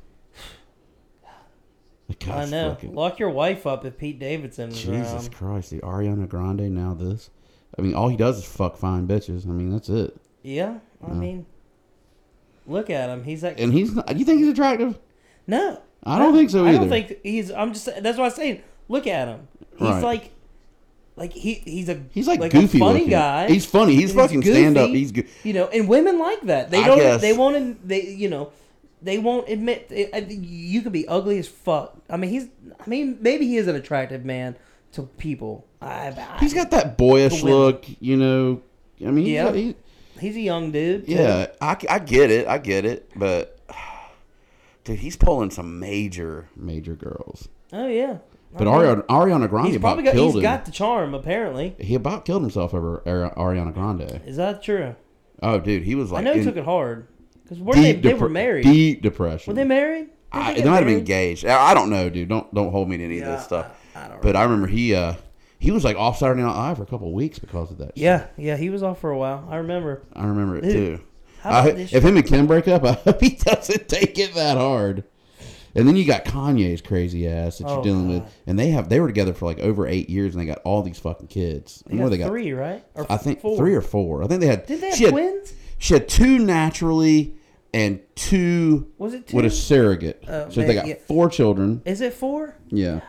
B: I
A: God's
B: know.
A: fucking-
B: Lock your wife up if Pete Davidson is
A: Jesus
B: around.
A: Christ, the Ariana Grande now this. I mean, all he does is fuck fine bitches. I mean, that's it.
B: Yeah, I mean, look at him. He's like
A: And he's not, you think he's attractive?
B: No,
A: I don't think so
B: I
A: either.
B: don't think he's. I'm just. That's what I'm saying. Look at him. He's
A: Right.
B: like, like he he's a
A: He's like, goofy
B: a funny
A: looking.
B: guy.
A: He's funny. He's, fucking
B: goofy,
A: stand up. He's good.
B: you know, and women like that. They
A: I
B: don't.
A: guess.
B: They won't. ad- They you know, they won't admit. I- I- You could be ugly as fuck. I mean, he's. I mean, maybe he is an attractive man to people. I, I,
A: He's got that boyish
B: The women.
A: look, you know. I mean, yeah,
B: Yeah.
A: he,
B: He's a young dude. too.
A: yeah. I, I get it, I get it, but dude, he's pulling some major, major girls.
B: Oh yeah.
A: But
B: I mean,
A: Ariana, Ariana Grande
B: Uh-huh. He's
A: about
B: probably got.
A: killed
B: He's
A: him.
B: got the charm. Apparently,
A: he about killed himself over Ari- Ariana Grande.
B: is that true?
A: Oh, dude, he was
B: I
A: like
B: know he
A: in
B: took it hard because they, they
A: depre-
B: were married.
A: Deep depression.
B: Were they married? Did
A: I,
B: get
A: they might have been
B: married?
A: engaged. I I don't know, dude. Don't don't hold me to any of
B: Yeah,
A: this stuff.
B: I- I don't
A: but I remember he uh he was like off Saturday Night Live for a couple of weeks because of that. shit.
B: Yeah, yeah, he was off for a while. I remember.
A: I remember it
B: Dude,
A: too.
B: how
A: I,
B: about this
A: if him and Kim break up, I hope he doesn't take it that hard. And then you got Kanye's crazy ass that you're
B: Oh,
A: dealing
B: God.
A: with, and they have they were together for like over eight years, and they got all these fucking kids.
B: They
A: You know
B: got
A: they got
B: three, right? Or
A: I think
B: four.
A: three or four. I think they had.
B: Did they
A: she
B: have
A: had,
B: twins?
A: She had two naturally and two
B: Was it
A: with a
B: two?
A: surrogate.
B: Oh,
A: so
B: man,
A: they got
B: yeah.
A: four children.
B: Is it four?
A: Yeah.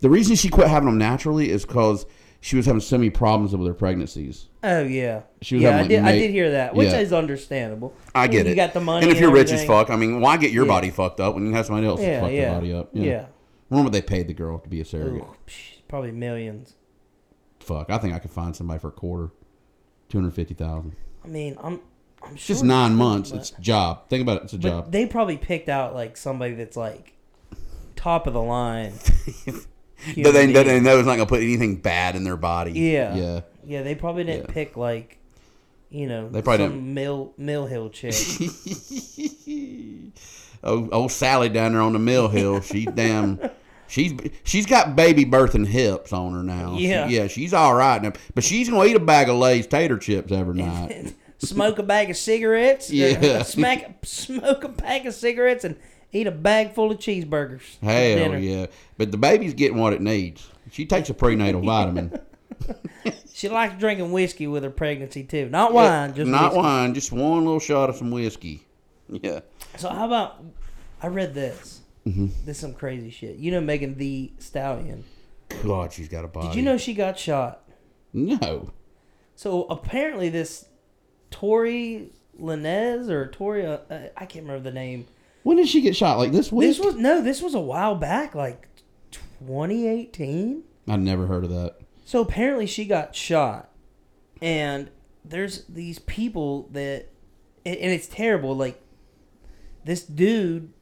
A: The reason she quit having them naturally is because she was having so many problems with her pregnancies.
B: Oh yeah.
A: She was
B: yeah,
A: having,
B: I did.
A: like,
B: I
A: ma-
B: did hear that, which
A: Yeah.
B: is understandable.
A: I
B: mean,
A: get it.
B: You got the money,
A: and if you're rich as
B: everything.
A: fuck, I mean, why get your
B: Yeah.
A: body fucked up when you have somebody else that's
B: yeah,
A: fuck
B: yeah,
A: their body up?
B: yeah.
A: Remember they paid the girl to be a surrogate.
B: Ooh, psh, probably millions.
A: Fuck, I think I could find somebody for a quarter, two hundred fifty thousand.
B: I mean, I'm. I'm
A: It's
B: sure
A: just nine
B: not,
A: months.
B: but-
A: It's a job. Think about it. It's a
B: but
A: job.
B: They probably picked out like somebody that's like top of the line.
A: That
B: human
A: they, that
B: being.
A: they know it's not gonna put anything bad in their body.
B: Yeah.
A: Yeah.
B: Yeah, they probably didn't
A: Yeah.
B: pick like, you know,
A: They probably
B: some Mill Mill Hill chick.
A: oh, old Sally down there on the mill hill. She damn. She's she's got baby birthing hips on her now. She-
B: Yeah.
A: yeah, she's all right now, but she's gonna eat a bag of Lay's tater chips every night.
B: smoke a bag of cigarettes.
A: Yeah.
B: Yeah. Smack, smoke a pack of cigarettes and eat a bag full of cheeseburgers. for
A: Hell
B: dinner.
A: yeah! But the baby's getting what it needs. She takes a prenatal vitamin,
B: She likes drinking whiskey with her pregnancy too. Not wine, just
A: not
B: whiskey.
A: wine, just one little shot of some whiskey. Yeah,
B: So how about I read this.
A: Mm-hmm.
B: This is some crazy shit. You know Megan the Stallion.
A: God, she's got a body.
B: Did you know she got shot?
A: No.
B: So apparently this Tori Lanez or Tori uh, uh, I can't remember the name.
A: When did she get shot? Like this week?
B: This was no, this was a while back like 2018.
A: I've never heard of that.
B: So apparently she got shot, and there's these people that, and and it's terrible. Like this dude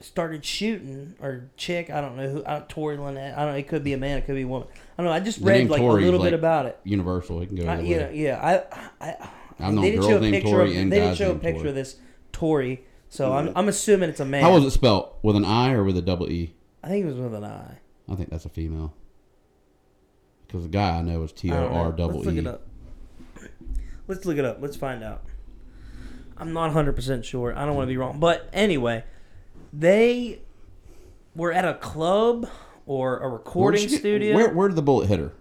B: started shooting or chick. I don't know who. I, Tori Lynette. I don't. It could be a man. It could be a woman. I don't know. I just
A: The
B: read
A: name
B: like
A: Tori
B: a
A: is,
B: little
A: like,
B: bit about it.
A: Universal. It can go
B: I,
A: either
B: you
A: way.
B: know, yeah. I. I, I
A: I've known
B: they didn't
A: girls
B: show a
A: named
B: picture
A: Tori
B: of.
A: and
B: they didn't
A: guys
B: show a
A: named
B: picture
A: Tori.
B: of this Tori. So I'm, I'm assuming it's a man.
A: How was it spelled? With an I or with a double E?
B: I think it was with an eye.
A: I think that's a female. Because the guy I know is T O
B: I don't know.
A: R double E.
B: Let's look it up. Let's look it up. Let's find out. I'm not 100% sure. I don't want to be wrong. But anyway, they were at a club or a
A: Where'd
B: recording
A: she get-
B: studio.
A: Where, where did the bullet hit her?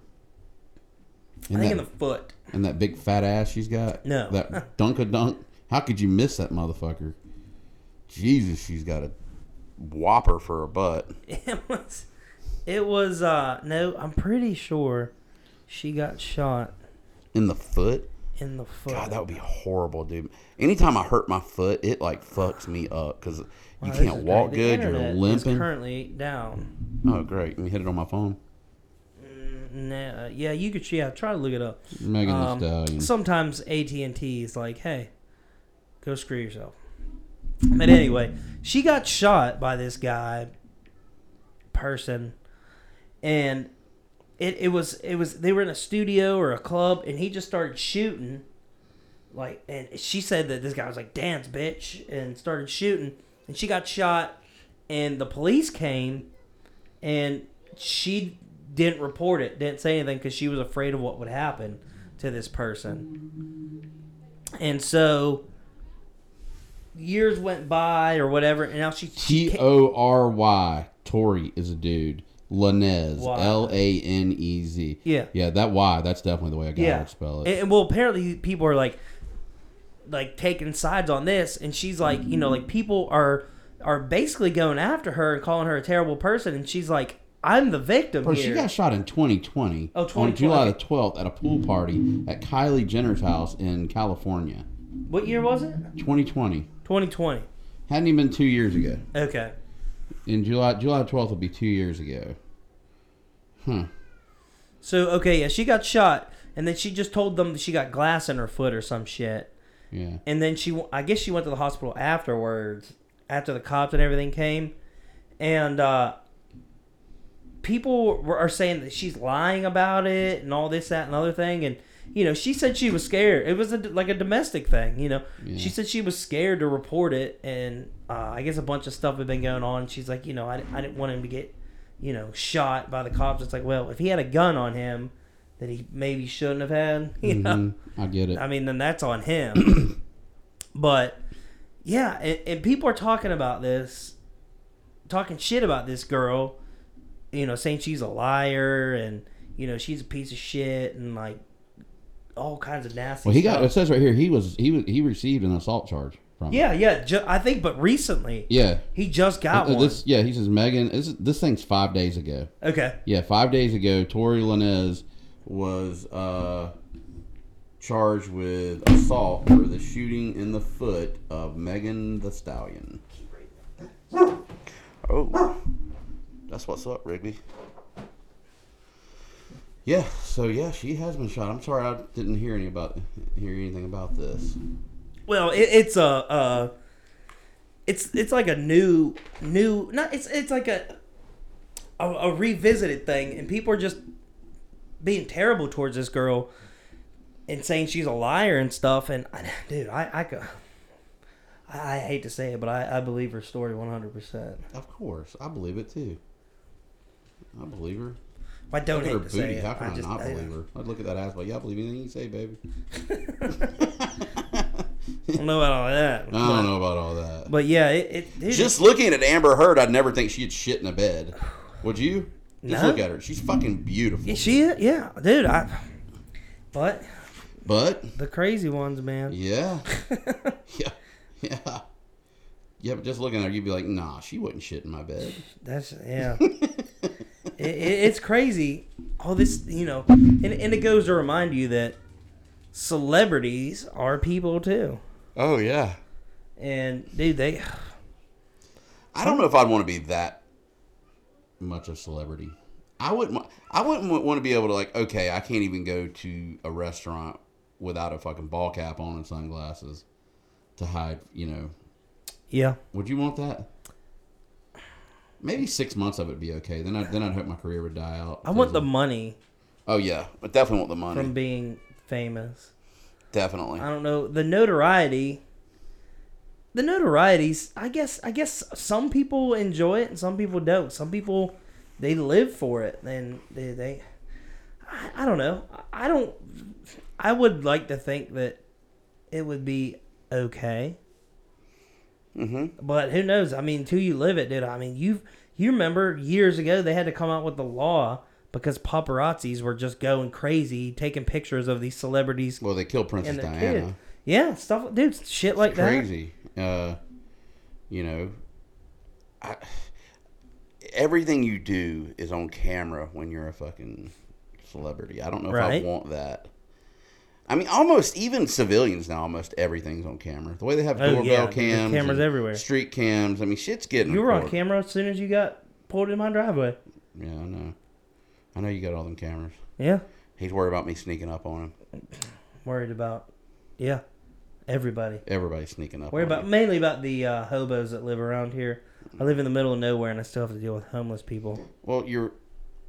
B: I
A: In
B: think
A: that,
B: in the foot.
A: in that big fat ass she's got?
B: No.
A: That dunk a dunk? How could you miss that motherfucker? Jesus, she's got a whopper for her butt.
B: It was, it was, uh, no, I'm pretty sure she got shot
A: In the foot?
B: in the foot.
A: God, that would be horrible, dude. Anytime I hurt my foot, it like fucks me up because
B: Wow,
A: you
B: Oh, this
A: can't
B: is
A: walk
B: great. The
A: good. You're
B: internet is
A: limping.
B: currently down.
A: Oh, great. Let me hit it on my phone.
B: Nah, yeah, you could, yeah, try to look it up.
A: Megan
B: Um,
A: Thee Stallion.
B: sometimes AT and T is like, "Hey, go screw yourself." But anyway, she got shot by this guy, person, and it, it was it was they were in a studio or a club, and he just started shooting. Like, and she said that this guy was like, "Dance, bitch," and started shooting, and she got shot, and the police came, and she didn't report it, didn't say anything because she was afraid of what would happen to this person. And so years went by or whatever, and now she she
A: T
B: ca-
A: O R Y. Tory is a dude. Lanez.
B: Y.
A: L A N E Z.
B: Yeah.
A: Yeah, that Y. That's definitely the way I got
B: yeah.
A: to spell
B: And,
A: it.
B: and, well, apparently people are like like taking sides on this, and she's like, you
A: Mm-hmm.
B: know, like people are are basically going after her and calling her a terrible person, and she's like, I'm the victim
A: Bro,
B: here.
A: she got shot in 2020.
B: Oh,
A: On
B: 2020.
A: July the 12th at a pool party at Kylie Jenner's house in California.
B: what year was it?
A: 2020.
B: 2020.
A: Hadn't even been two years ago.
B: Okay.
A: In July, July 12th would be two years ago.
B: So okay, yeah, she got shot, and then she just told them that she got glass in her foot or some shit,
A: Yeah.
B: and then she, I guess she went to the hospital afterwards, after the cops and everything came, and uh, people were, are saying that she's lying about it and all this, that, and other thing, and you know, she said she was scared. It was a, like a domestic thing, you know. She said she was scared to report it, and uh, I guess a bunch of stuff had been going on. She's like, you know, I, I didn't want him to get, you know, shot by the cops. It's like, well, if he had a gun on him that he maybe shouldn't have had, you know.
A: Mhm. I get it.
B: I mean, then that's on him. but yeah, and, and people are talking about this, talking shit about this girl, you know, saying she's a liar and you know she's a piece of shit and like all kinds of nasty.
A: Well, he
B: stuff.
A: got. It says right here he was he was he received an assault charge from. it.
B: Yeah, yeah. Ju- I think, but recently
A: Yeah.
B: he just got
A: Uh,
B: one.
A: This yeah he says Megan this this thing's five days ago.
B: okay.
A: Yeah, five days ago, Tori Lanez was uh, charged with assault for the shooting in the foot of Megan the Stallion. Oh, that's what's up, Rigby. Yeah, so yeah, she has been shot. I'm sorry I didn't hear any about hear anything about this.
B: Well, it, it's a, uh, it's it's like a new new not it's it's like a, a a revisited thing, and people are just being terrible towards this girl and saying she's a liar and stuff. And I, dude, I I could. I I hate to say it, but I, I believe her story 100%.
A: Of course, I believe it too. I believe her.
B: I don't
A: Look at
B: hate
A: her
B: to say
A: booty.
B: it.
A: How can I,
B: just-
A: not
B: I- uh,
A: believe her? I'd look at that ass like, yeah, I believe anything you say, baby.
B: I don't know about all that.
A: I don't know about all that.
B: But yeah, it, it dude,
A: Just looking at Amber Heard, I'd never think she'd shit in a bed. Would you? Just
B: No.
A: look at her. She's fucking beautiful.
B: Yeah, she is. Yeah, dude. I. But
A: But
B: the crazy ones, man.
A: yeah, yeah, yeah, yeah. But just looking at her, you'd be like, nah, she wouldn't shit in my bed.
B: That's yeah. it, it, it's crazy. All this, you know, and and it goes to remind you that celebrities are people too.
A: Oh yeah.
B: And dude, they
A: I don't know if I'd want to be that much of celebrity. I wouldn't. wa- I wouldn't wa- want to be able to like. Okay, I can't even go to a restaurant without a fucking ball cap on and sunglasses to hide. You know.
B: yeah.
A: Would you want that? Maybe six months of it would be okay. Then I then I'd hope my career would die out.
B: I want the money
A: Oh yeah, I definitely want the money.
B: from being famous.
A: definitely.
B: I don't know the notoriety. The notoriety's I guess I guess some people enjoy it and some people don't. Some people they live for it and they they I, I don't know. I I don't I would like to think that it would be okay. Mm-hmm. But who knows? I mean, till you live it, dude. I mean, you you remember years ago they had to come out with the law because paparazzis were just going crazy taking pictures of these celebrities
A: Well, they killed Princess
B: and the
A: Diana.
B: kid. Yeah, stuff, dude, shit like that.
A: crazy. Uh, you know, I, everything you do is on camera when you're a fucking celebrity. I don't know if
B: Right.
A: I want that. I mean, almost even civilians now, almost everything's on camera. The way they have
B: Oh,
A: doorbell
B: yeah, there's
A: cams,
B: cameras
A: and
B: everywhere.
A: street cams. I mean, shit's getting.
B: You were on
A: recorded.
B: camera as soon as you got pulled in my driveway.
A: Yeah, I know. I know you got all them cameras.
B: Yeah,
A: He's worried about me sneaking up on him.
B: worried about, yeah, everybody.
A: Everybody's sneaking up.
B: Worried
A: on
B: about
A: him.
B: mainly about the uh, hobos that live around here. I live in the middle of nowhere, and I still have to deal with homeless people.
A: Well, you're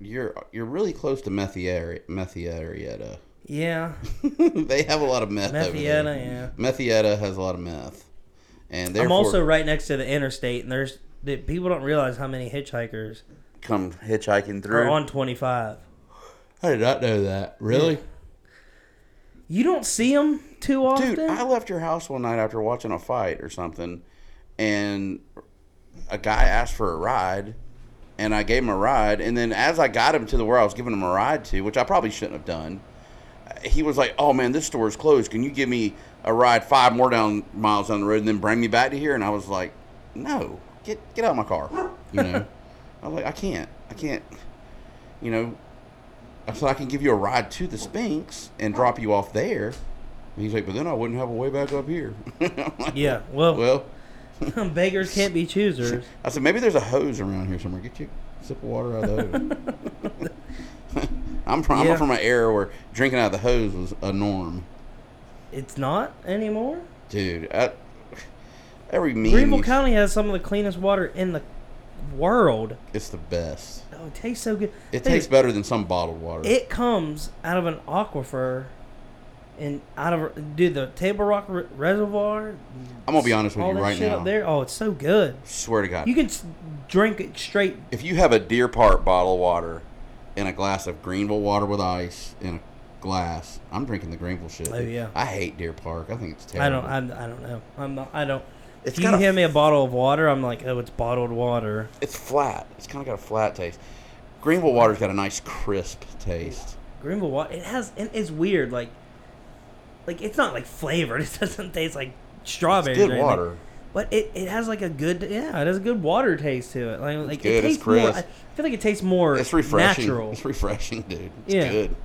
A: you're you're really close to Methieri- uh, Methiarietta.
B: Yeah,
A: they have a lot of meth. over there.
B: Methiana. Yeah,
A: Methietta has a lot of meth, and
B: I'm
A: therefore
B: also right next to the interstate, and there's that people don't realize how many hitchhikers
A: come hitchhiking
B: are
A: through.
B: on 25.
A: I did not know that. Really,
B: You don't see them too often.
A: dude? I left your house one night after watching a fight or something, and a guy asked for a ride, and I gave him a ride, and then as I got him to the where I was giving him a ride to, which I probably shouldn't have done, he was like, "Oh man, this store is closed. Can you give me a ride five more down miles down the road and then bring me back to here?" And I was like, "No, get get out of my car." You know, I was like, "I can't, I can't." You know, I said I can give you a ride to the Sphinx and drop you off there. And he's like, "But then I wouldn't have a way back up here." I'm like,
B: yeah, well,
A: Well,
B: beggars can't be choosers.
A: I said maybe there's a hose around here somewhere. Get you a sip of water out of the hose. I'm from
B: Yeah.
A: I'm from an era where drinking out of the hose was a norm.
B: It's not anymore.
A: Dude, I, every meme
B: Greenville
A: you-
B: County has some of the cleanest water in the world.
A: it's the best.
B: Oh, it tastes so good.
A: It
B: Dude,
A: tastes better than some bottled water.
B: It comes out of an aquifer, and out of dude the Table Rock Re- Reservoir.
A: I'm gonna be honest with
B: all
A: you
B: that
A: right
B: shit
A: now.
B: Up there, oh, it's so good.
A: Swear to God,
B: You can s- drink it straight.
A: if you have a Deer Park bottle of water and a glass of Greenville water with ice in a glass, I'm drinking the Greenville shit.
B: Oh, yeah.
A: I hate Deer Park. I think it's
B: I don't.
A: terrible.
B: I'm, I don't know. I'm not. I don't.
A: It's
B: if you
A: kinda-
B: hand me a bottle of water, I'm like, oh, it's bottled water.
A: it's flat. It's kind of got a flat taste. Greenville water's got a nice crisp taste.
B: Greenville water. It has. and It's weird. Like, like it's not like flavored. It doesn't taste like strawberry.
A: Good water.
B: But it, it has like a good yeah, it has a good water taste to it. Like like
A: good,
B: it
A: it's
B: tastes more. I
A: crisp.
B: feel like it tastes more.
A: It's refreshing.
B: Natural.
A: It's refreshing, dude. It's
B: Yeah.
A: good.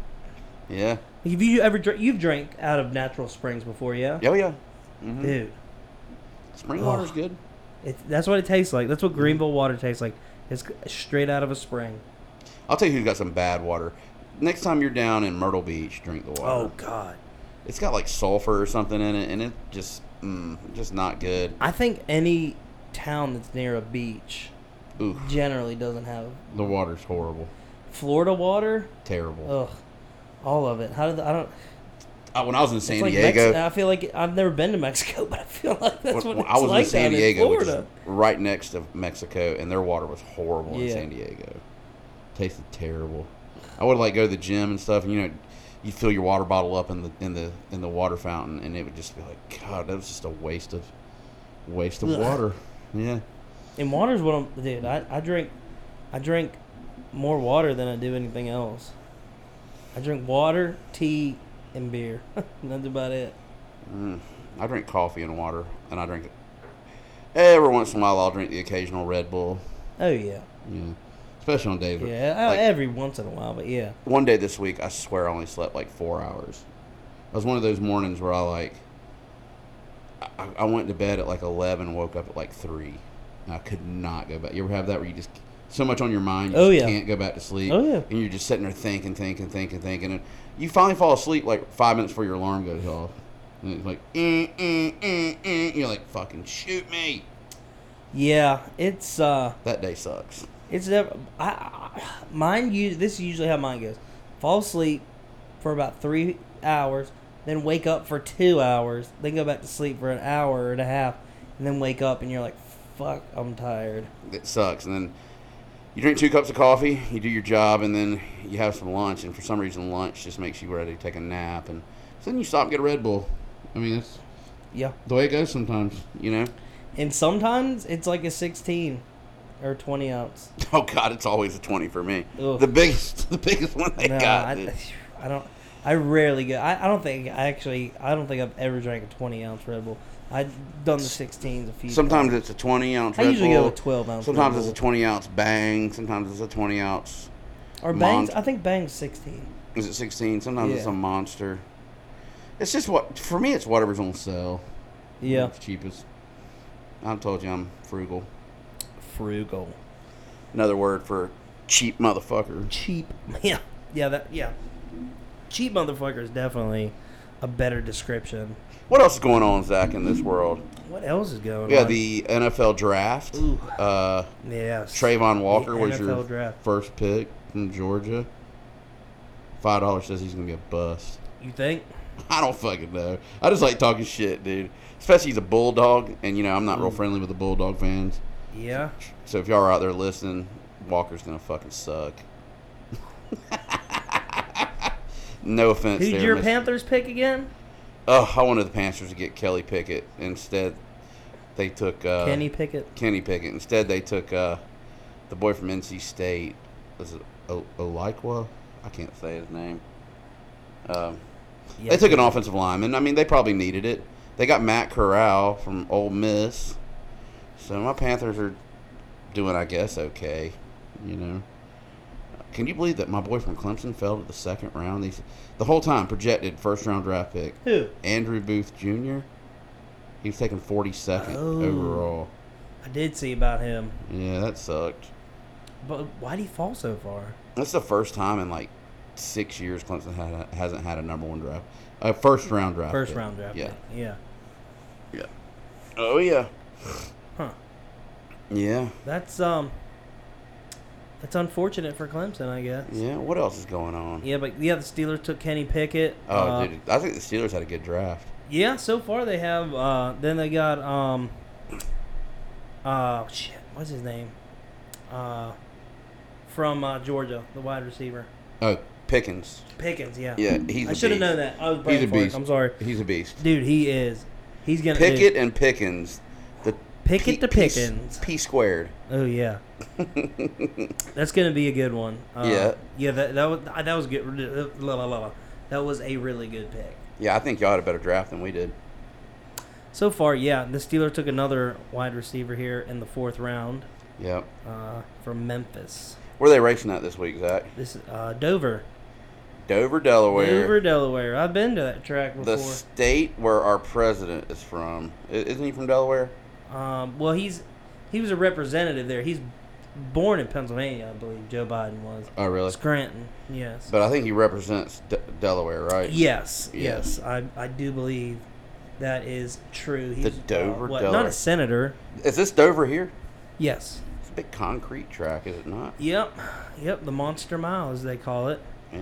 A: Yeah.
B: Have you ever dr- you've drank out of natural springs before? Yeah.
A: Oh yeah. Mhm.
B: Dude,
A: Spring
B: Ugh.
A: water's good.
B: it, that's what it tastes like. That's what
A: Mm-hmm.
B: Greenville water tastes like. It's straight out of a spring.
A: I'll tell you who's got some bad water. Next time you're down in Myrtle Beach, drink the water.
B: Oh God.
A: It's got like sulfur or something in it, and it just mm, just not good.
B: I think any town that's near a beach
A: Oof,
B: generally doesn't have
A: the water's horrible,
B: Florida water.
A: terrible.
B: Ugh, all of it. How did the, I don't? it's
A: Uh, when I was in San
B: like
A: Diego,
B: Mex- I feel like I've never been to Mexico, but I feel like that's
A: when-
B: what
A: when I
B: it's
A: was
B: like
A: in San
B: down
A: Diego, which is
B: Florida.
A: right next to Mexico, and their water was horrible in
B: Yeah.
A: San Diego. Tasted terrible. I would like go to the gym and stuff, and you know, you fill your water bottle up in the in the in the water fountain, and it would just be like, God, that was just a waste of waste of
B: Ugh.
A: water. Yeah,
B: And water's what I'm, dude. I, I drink, I drink more water than I do anything else. I drink water, tea, and beer. That's about it.
A: mm. I drink coffee and water, and I drink every once in a while. I'll drink the occasional Red Bull.
B: Oh yeah,
A: Yeah, especially on days. where-
B: yeah.
A: like-
B: uh every once in a while, but yeah.
A: one day this week, I swear I only slept like four hours. It was one of those mornings where I like, I, I went to bed at like eleven, woke up at like three. And I could not go back. You ever have that where you just so much on your mind, you
B: Oh,
A: just
B: yeah.
A: can't go back to sleep.
B: Oh, yeah.
A: and you're just sitting there thinking, thinking, thinking, thinking, and you finally fall asleep like five minutes before your alarm goes off. And it's like, eh, eh, eh, eh. you're like, fucking shoot me.
B: Yeah, it's uh,
A: That day sucks.
B: it's never. I, I mine. Use this is usually how mine goes. Fall asleep for about three hours, then wake up for two hours, then go back to sleep for an hour and a half, and then wake up and you're like, "Fuck, I'm tired."
A: that sucks. And then you drink two cups of coffee, you do your job, and then you have some lunch. And for some reason, lunch just makes you ready to take a nap. And so then you stop and get a Red Bull. I mean, that's
B: Yeah.
A: the way it goes sometimes, you know?
B: And sometimes it's like a 16 or 20 ounce.
A: Oh, God, it's always a 20 for me.
B: Ugh.
A: The biggest the biggest one they
B: No,
A: got.
B: I,
A: dude.
B: I don't. I rarely go. I, I don't think I actually. I don't think I've ever drank a 20 ounce Red Bull. I've done the 16s a few.
A: Sometimes
B: times.
A: it's a 20 ounce
B: I
A: Red
B: usually
A: Bull.
B: go with 12 ounce.
A: Sometimes
B: Red
A: it's a
B: Bull.
A: 20 ounce bang. Sometimes it's a 20 ounce.
B: or bangs.
A: Mont-
B: I think bangs 16.
A: Is it 16? Sometimes it's
B: Yeah.
A: a monster. It's just what, for me, it's whatever's on sale.
B: Yeah.
A: It's cheapest. I told you I'm frugal.
B: Frugal.
A: another word for cheap motherfucker.
B: Cheap. Yeah. Yeah. That. Yeah. Cheap motherfucker is definitely a better description.
A: What else is going on, Zach, in this world?
B: What else is going
A: Yeah,
B: on?
A: the NFL draft.
B: Ooh.
A: Uh,
B: yeah.
A: Trayvon Walker
B: The
A: was your
B: NFL draft.
A: first pick from Georgia. Five dollars says he's gonna be a bust.
B: You think?
A: I don't fucking know. I just like talking shit, dude. Especially he's a bulldog, and you know I'm not real friendly with the bulldog fans.
B: Yeah.
A: So if y'all are out there listening, Walker's gonna fucking suck. no offense.
B: Who'd
A: there,
B: your
A: Mr.
B: Panthers pick again?
A: Oh, I wanted the Panthers to get Kelly Pickett. Instead, they took uh,
B: Kenny Pickett.
A: Kenny Pickett. Instead, they took uh, the boy from NC State. Was it o- Olaikwa? I can't say his name. Um,
B: Yeah.
A: They took an offensive lineman. I mean, they probably needed it. They got Matt Corral from Ole Miss. So my Panthers are doing, I guess, okay. You know. Can you believe that my boy from Clemson fell to the second round? These the whole time projected first round draft pick.
B: Who?
A: Andrew Booth Jr. He was taken 42nd
B: Oh.
A: overall.
B: I did see about him.
A: Yeah, that sucked.
B: But why'd he fall so far?
A: That's the first time in like six years Clemson had hasn't had a number one draft, a first round draft,
B: First
A: pick.
B: round draft.
A: Yeah,
B: pick. Yeah.
A: yeah. Oh yeah,
B: Huh.
A: yeah,
B: That's um that's unfortunate for Clemson, I guess. Yeah,
A: yeah. What else is going on?
B: but yeah, the Steelers took Kenny Pickett.
A: Oh,
B: Uh,
A: dude, I think the Steelers had a good draft.
B: Yeah, so far they have uh then they got um uh shit, what's his name? Uh from uh, Georgia, the wide receiver.
A: Oh, Pickens.
B: Pickens, yeah.
A: Yeah, he's.
B: I
A: a
B: should
A: beast.
B: have known that. I was
A: He's a
B: brain
A: beast.
B: farting. I'm sorry.
A: He's a beast.
B: Dude, he is. He's gonna dude,
A: Pickett and Pickens. The
B: Pickett to
A: P- P-
B: Pickens.
A: P squared.
B: Oh yeah, that's gonna be a good one. Uh,
A: Yeah.
B: yeah. That that was that was good. La, la, la, la. That was a really good pick.
A: Yeah, I think y'all had a better draft than we did.
B: So far, yeah. The Steelers took another wide receiver here in the fourth round
A: Yep.
B: uh, from Memphis.
A: Where are they racing at this week, Zach?
B: This is uh, Dover,
A: Dover, Delaware.
B: Dover, Delaware. I've been to that track
A: the
B: before.
A: state where our president is from. I- Isn't he from Delaware?
B: um, well, he's he was a representative there. He's born in Pennsylvania, I believe. Joe Biden was
A: Oh, really?
B: Scranton. Yes.
A: But I think he represents D- Delaware, right?
B: Yes,
A: Yes.
B: yes, I, I do believe That is true. He's
A: The Dover
B: uh, what,
A: Dulles.
B: not a senator.
A: Is this Dover here?
B: Yes.
A: It's a big concrete track, is it not?
B: Yep. Yep. The Monster Mile, as they call it.
A: Yeah.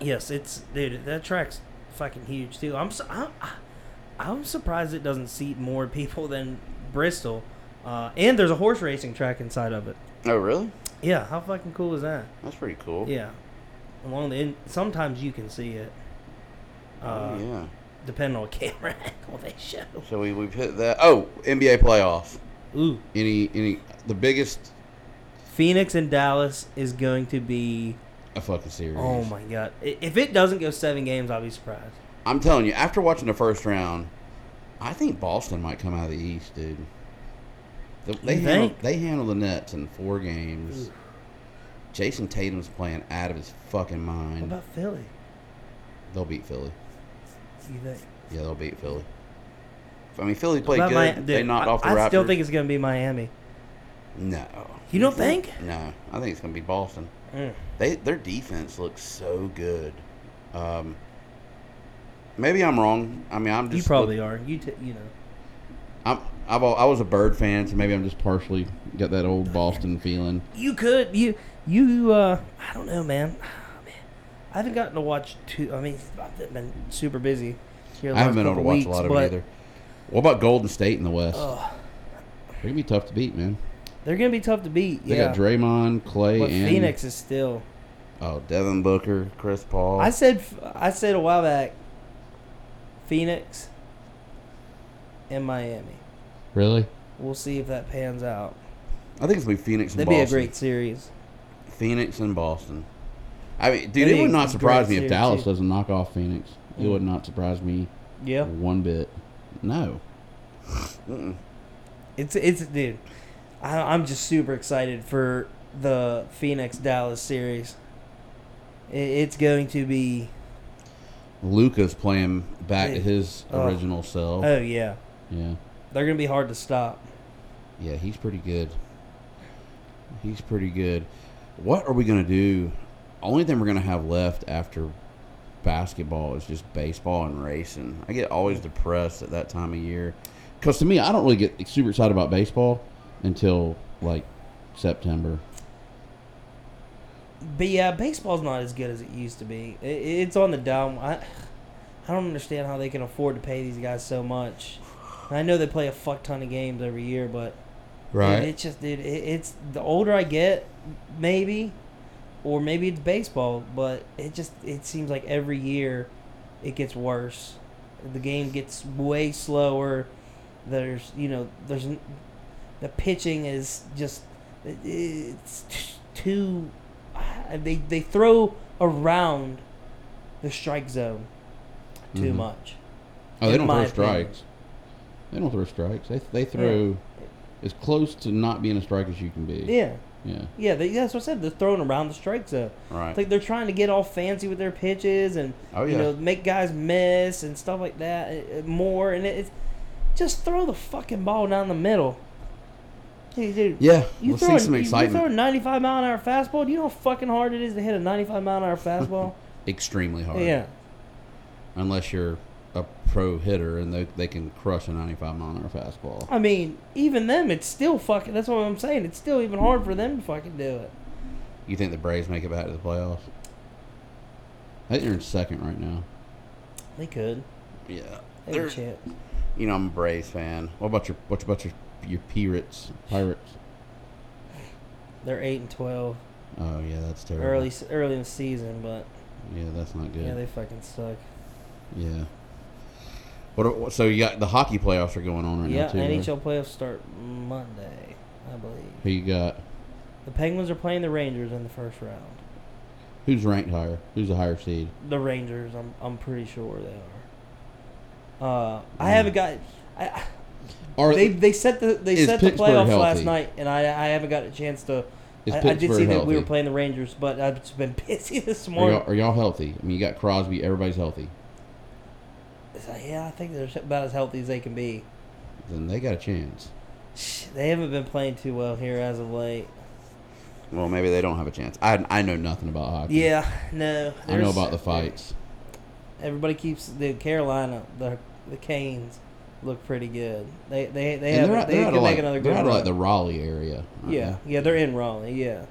B: Yes, it's dude. That track's fucking huge too. I'm su- I'm, I'm surprised it doesn't seat more people than Bristol. Uh, and there's a horse racing track inside of it.
A: Oh, really?
B: Yeah, how fucking cool is that?
A: That's pretty cool.
B: Yeah, along the in sometimes you can see it. Uh,
A: Oh, yeah.
B: Depending on camera angle they show.
A: So we we've hit that. Oh, NBA playoffs.
B: Ooh,
A: Any any the biggest
B: Phoenix and Dallas is going to be.
A: a fucking series.
B: Oh my god! I- If it doesn't go seven games, I'll be surprised.
A: I'm telling you, after watching the first round, I think Boston might come out of the East, dude. The- They
B: You
A: handle,
B: think?
A: they handle the Nets in four games. Jason Tatum's playing out of his fucking
B: What
A: mind.
B: about Philly?
A: They'll beat Philly.
B: You think?
A: Yeah, they'll beat Philly. I mean, Philly played
B: About
A: good.
B: Mi-
A: they
B: dude,
A: knocked
B: I,
A: off the
B: I
A: Raptors.
B: still think it's going to be Miami.
A: no.
B: You don't think?
A: No, I think it's gonna be Boston.
B: Mm.
A: They their defense looks so good. Um, maybe I'm wrong. I mean, I'm
B: You
A: just
B: probably are. You t- you know.
A: I'm, I've al- I was a bird fan, so maybe I'm just partially got that old Boston feeling.
B: You could you you uh I don't know, man. Ah, man. I haven't gotten to watch two. I mean, I've been super busy. Here the
A: I haven't
B: last
A: been able to
B: couple
A: watch
B: weeks,
A: a lot of
B: but,
A: it either. What about Golden State in the West?
B: ugh,
A: They're gonna be tough to beat, man.
B: they're gonna be tough to beat.
A: They
B: yeah,
A: got Draymond, Clay,
B: but
A: and
B: Phoenix is still.
A: oh Devin Booker, Chris Paul.
B: I said I said a while back. Phoenix and Miami.
A: really?
B: We'll see if that pans out.
A: I think it's gonna be Phoenix and
B: That'd be a
A: Boston.
B: great series.
A: Phoenix and Boston. I mean, dude,
B: That'd
A: it
B: be
A: would
B: a
A: not
B: great
A: surprise me if
B: series,
A: Dallas
B: too.
A: doesn't knock off Phoenix. It
B: Mm.
A: would not surprise me
B: Yeah,
A: one bit. No. Mm-mm.
B: It's it's dude. I, I'm just super excited for the Phoenix Dallas series. It, it's going to be
A: Luca's playing back to
B: Dude.
A: his
B: Oh.
A: original self.
B: oh yeah,
A: Yeah.
B: they're gonna be hard to stop.
A: Yeah, he's pretty good. He's pretty good. What are we going to do? Only thing we're going to have left after basketball is just baseball and racing. I get always depressed at that time of year. Because to me, I don't really get super excited about baseball until like September.
B: But yeah, baseball's not as good as it used to be. It, it's on the down. I I don't understand how they can afford to pay these guys so much. I know they play a fuck ton of games every year, but Dude, it's just, dude, it, it's the older I get, maybe, or maybe it's baseball, but it just it seems like every year, it gets worse. The game gets way slower. There's you know there's n- the pitching is just it- it's t- too they they throw around the strike zone too
A: Mhm.
B: much.
A: Oh, they
B: in
A: don't
B: my
A: throw
B: opinion.
A: strikes. They don't throw strikes. They, they throw as close to not being a strike as you can be.
B: Yeah,
A: Yeah.
B: yeah, they, that's what I said. They're throwing around the strike zone.
A: Right.
B: It's like they're trying to get all fancy with their pitches and
A: Oh,
B: you
A: yeah.
B: know make guys miss and stuff like that uh, uh, more and it, it's just throw the fucking ball down the middle. Hey, dude,
A: yeah.
B: you
A: Let's
B: throw
A: see
B: a,
A: some
B: you- You, throw
A: excitement.
B: a 95 mile an hour fastball. Do you know how fucking hard it is to hit a 95 mile an hour fastball?
A: Extremely hard.
B: yeah,
A: unless you're a pro hitter and they, they can crush a 95 mile an hour fastball.
B: I mean even them, it's still fucking. That's what I'm saying. It's still even hard for them to fucking do it.
A: You think the Braves make it back to the playoffs? I think they're in second right now.
B: They could.
A: Yeah,
B: They have a chance.
A: You know, I'm a Braves fan. What about your what about your your Pirates? Pirates?
B: They're eight and twelve
A: Oh yeah, that's terrible.
B: early early in the season, but
A: Yeah, that's not good.
B: yeah,
A: Yeah.
B: they fucking suck.
A: What? are- what- So you got the hockey playoffs are going on right
B: yeah,
A: now too. right?
B: NHL playoffs start Monday, I believe.
A: Who you got?
B: The Penguins are playing the Rangers in the first round.
A: Who's ranked higher? Who's the higher seed?
B: The Rangers, I'm I'm pretty sure they are. Uh, I haven't got. I,
A: Mm. Are
B: they they set the they
A: Is
B: set the
A: Pittsburgh
B: playoffs last
A: healthy?
B: night, and I I haven't got a chance to.
A: Is
B: I, I did see
A: Pittsburgh
B: that we were
A: healthy?
B: playing the Rangers, but I've just been busy this
A: are
B: morning.
A: y'all, are y'all healthy? I mean, you got Crosby. Everybody's healthy.
B: So, yeah, I think they're about as healthy as they can be.
A: Then they got a chance.
B: Shh, They haven't been playing too well here as of late.
A: Well, maybe they don't have a chance. I I know nothing about hockey.
B: Yeah, no.
A: I know
B: there's-
A: about the fights.
B: Everybody keeps the Carolina, the the Canes look pretty good. They they they
A: And
B: have
A: they're,
B: they
A: out- they're
B: can
A: out
B: make
A: of like,
B: another
A: they're
B: good
A: out of
B: run.
A: like the Raleigh area. aren't
B: yeah, yeah, they're in Raleigh. Yeah,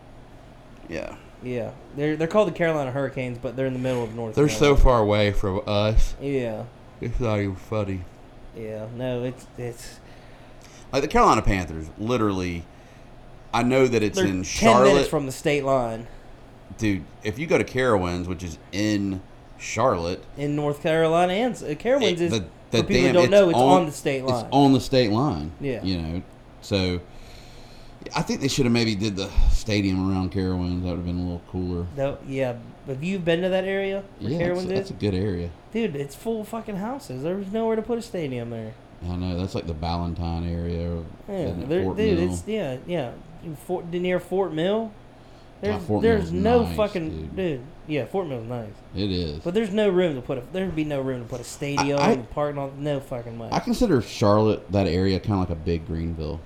A: they? yeah.
B: yeah. They're they're called the Carolina Hurricanes, but they're in the middle of North.
A: They're so
B: Carolina.
A: far away from us.
B: Yeah,
A: It's not even funny.
B: yeah. No, it's it's
A: Like the Carolina Panthers, literally. I know that it's
B: they're
A: in
B: ten
A: Charlotte,
B: minutes from the state line
A: dude. If you go to Carowinds, which is in Charlotte,
B: in North Carolina, and uh, Carowinds
A: it-
B: is
A: the-
B: for
A: the
B: people who
A: damn-
B: don't
A: it's
B: know, it's on,
A: on-
B: the state
A: it's
B: line.
A: on the state line.
B: Yeah.
A: you know, so I think they should have maybe did the stadium around Carowinds. That would have been a little cooler.
B: Though, yeah, have you been to that area where
A: yeah, that's,
B: Carowinds
A: that's
B: is?
A: a good area.
B: Dude, it's full of fucking houses. There was nowhere to put a stadium there.
A: I know that's like the Ballantyne area.
B: Yeah,
A: isn't it?
B: there,
A: Fort
B: dude,
A: Mill.
B: it's yeah, yeah. In Fort, near Fort Mill, there's
A: Fort
B: there's
A: Mill's
B: no
A: nice,
B: fucking dude.
A: dude.
B: Yeah, Fort Mill's nice,
A: It is.
B: but there's no room to put a. There'd be no room to put a stadium,
A: I-
B: a park, and all, no fucking way.
A: I consider Charlotte that area kind of like a big Greenville.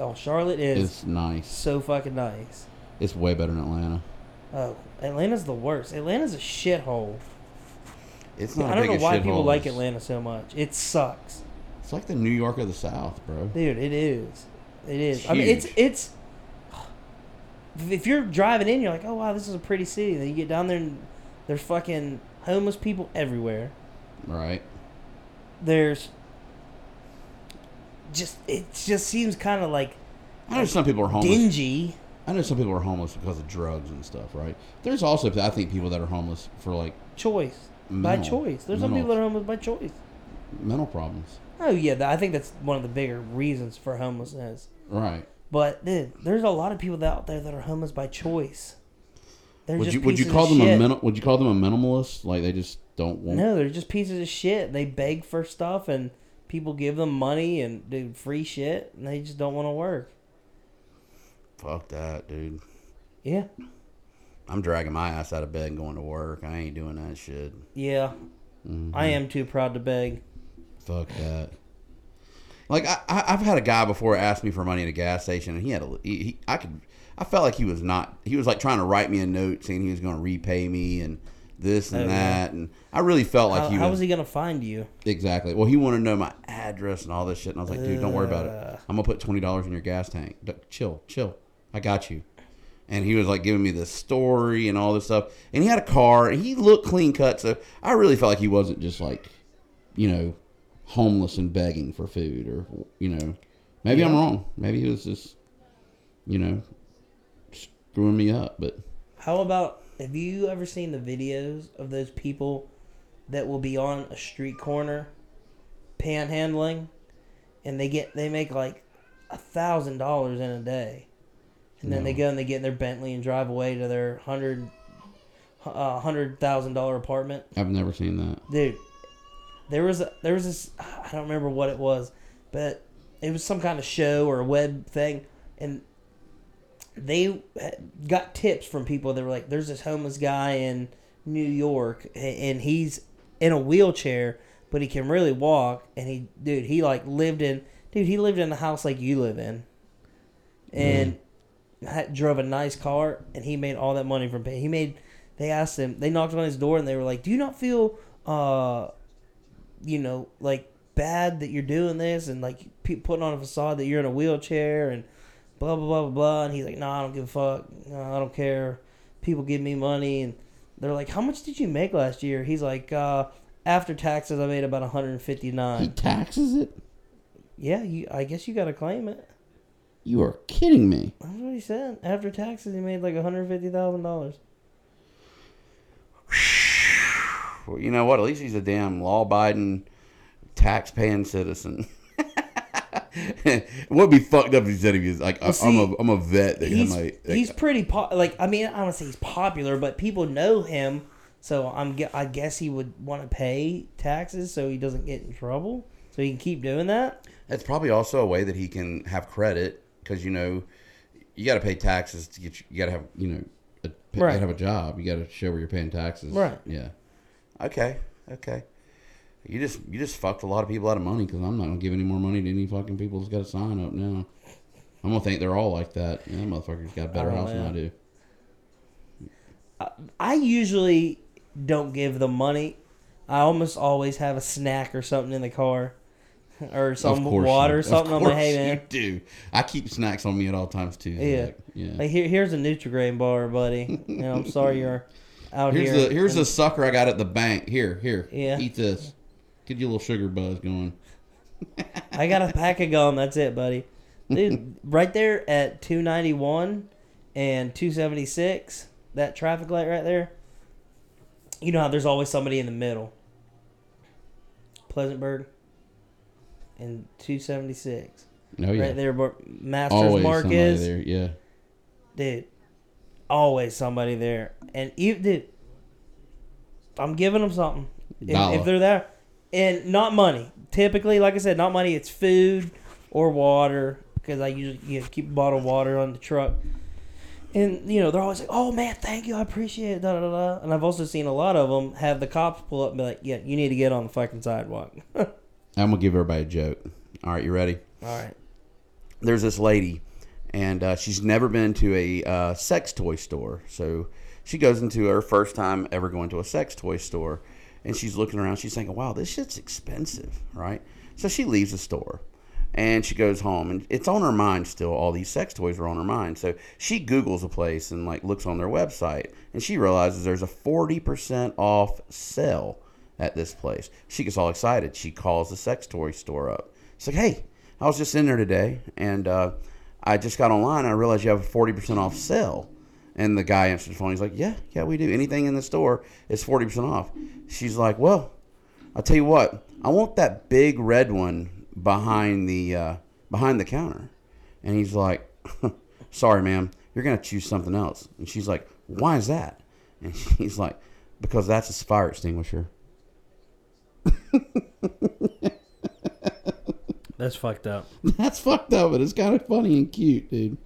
B: oh, Charlotte is
A: It's nice.
B: so fucking nice.
A: It's way better than Atlanta.
B: Oh, Atlanta's the worst. Atlanta's a shithole.
A: It's not.
B: I
A: as
B: don't know
A: big a
B: why people
A: shithole
B: like
A: as-
B: Atlanta so much. It sucks,
A: It's like the New York of the South, bro.
B: dude. It is. It is.
A: It's
B: I mean, it's
A: huge.
B: it's. If you're driving in, you're like, oh wow, this is a pretty city. Then you get down there, and there's fucking homeless people everywhere.
A: Right?
B: there's just it just seems kind of like
A: I know some people are homeless.
B: dingy.
A: I know some people are homeless because of drugs and stuff, right? There's also, I think, people that are homeless for like
B: Choice by
A: Mental.
B: choice. There's some
A: Mental.
B: people that are homeless by choice.
A: mental problems,
B: Oh yeah, th- I think that's one of the bigger reasons for homelessness.
A: right?
B: But dude, there's a lot of people out there that are homeless by choice. They're
A: Would
B: just
A: you would you
B: pieces
A: call
B: of
A: them a
B: shit.
A: mental? Would you call them a minimalist? Like they just don't want.
B: No, they're just pieces of shit. They beg for stuff and people give them money and dude free shit and they just don't want to work.
A: Fuck that, dude.
B: Yeah.
A: I'm dragging my ass out of bed and going to work. I ain't doing that shit.
B: Yeah. I am too proud to beg.
A: Fuck that. Like I, I, I've had a guy before ask me for money at a gas station, and he had a, he, he, I could, I felt like he was not, he was like trying to write me a note saying he was going to repay me and this and
B: Oh, yeah.
A: that, and I really felt like
B: How,
A: he
B: how
A: was
B: is he going to find you?
A: exactly. Well, he wanted to know my address and all this shit, and I was like, dude, don't worry about
B: Ugh.
A: it. I'm gonna put twenty dollars in your gas tank. D- chill, chill. I got you. And he was like giving me this story and all this stuff, and he had a car, and he looked clean cut, so I really felt like he wasn't just like you know, homeless and begging for food, or you know, maybe I'm
B: Yeah.
A: wrong. Maybe he was just, you know, screwing me up. But
B: How about have you ever seen the videos of those people that will be on a street corner panhandling and they get they make like a thousand dollars in a day. And then they
A: No.
B: go and they get in their Bentley and drive away to their hundred uh, hundred thousand dollar apartment.
A: I've never seen that.
B: Dude, there was a, there was this I don't remember what it was, but it was some kind of show or a web thing, and they got tips from people that were like, "There's this homeless guy in New York, a- and he's in a wheelchair, but he can really walk." And he, dude, he like lived in, dude, he lived in a house like you live in, and had, drove a nice car, and he made all that money from pay. He made. They asked him. They knocked on his door, and they were like, "Do you not feel, uh, you know, like bad that you're doing this, and like pe- putting on a facade that you're in a wheelchair, and blah blah blah blah blah?" And he's like, "No, I don't give a fuck. No, I don't care. People give me money, and they're like, "How much did you make last year?" He's like, uh, "After taxes, I made about 159."
A: He taxes it.
B: yeah, you, I guess you got to claim it.
A: You are kidding me.
B: That's what he said. After taxes, he made like $150,000.
A: Well, you know what? At least he's a damn law-abiding, tax-paying citizen. it would be fucked up if he said he was like,
B: Well,
A: I'm
B: see,
A: a I'm a vet. That
B: he's
A: might- that-
B: he's pretty po- like I mean I don't want to say he's popular, but people know him, so I'm gue- I guess he would want to pay taxes so he doesn't get in trouble, so he can keep doing that.
A: That's probably also a way that he can have credit because you know you got to pay taxes to get you, you got to have you know a, you
B: Right.
A: gotta have a job. You got to show where you're paying taxes.
B: Right.
A: Yeah. Okay. Okay. You just you just fucked a lot of people out of money because I'm not gonna give any more money to any fucking people that's got a sign up now. I'm gonna think they're all like that. Yeah, that motherfucker's got a better
B: Oh,
A: house than
B: yeah.
A: I do.
B: I usually don't give them money I almost always have a snack or something in the car, or
A: Of
B: some
A: course
B: water,
A: you,
B: or
A: of
B: something. I'm like,
A: course
B: hey man,
A: you do. I keep snacks on me at all times too.
B: Yeah.
A: Zach. yeah.
B: like here, here's a Nutrigrain bar, buddy. You know, I'm sorry you're out
A: here's
B: here.
A: a here's
B: and-
A: a sucker I got at the bank. Here, here.
B: Yeah.
A: Eat this. Get you a little sugar buzz going.
B: I got a pack of gum. That's it, buddy. Dude, right there at 291 and 276, that traffic light right there. You know how there's always somebody in the middle. Pleasantburg and 276.
A: Oh yeah.
B: Right there where Masters
A: Always
B: Mark
A: somebody
B: is.
A: there. Yeah.
B: Dude, always somebody there. And even, dude, I'm giving them something. If,
A: Dollar.
B: if they're there. And not money. Typically, like I said, not money. It's food or water. Because I usually you know, keep a bottle of water on the truck. And, you know, they're always like, oh, man, thank you. I appreciate it. Da, da, da. da." And I've also seen a lot of them have the cops pull up and be like, yeah, you need to get on the fucking sidewalk. All
A: I'm gonna give everybody a joke. All right, you ready?
B: right.
A: there's this lady, and uh, she's never been to a uh, sex toy store. So she goes into her first time ever going to a sex toy store, and she's looking around. She's thinking, "Wow, this shit's expensive, right?" So she leaves the store, and she goes home, and it's on her mind still. All these sex toys are on her mind. So she Google's a place and like looks on their website, and she realizes there's a forty percent off sale at this place. She gets all excited. She calls the sex toy store up. She's like, "Hey, I was just in there today, and uh, I just got online. And I realized you have a forty percent off sale." And the guy answers the phone. He's like, "Yeah, yeah, we do. Anything in the store is forty percent off." She's like, "Well, I'll tell you what. I want that big red one behind the uh, behind the counter." And he's like, "Sorry, ma'am, you're gonna choose something else." And she's like, "Why is that?" And he's like, "Because that's a fire extinguisher."
B: That's fucked up.
A: That's fucked up, but it's kind of funny and cute, dude.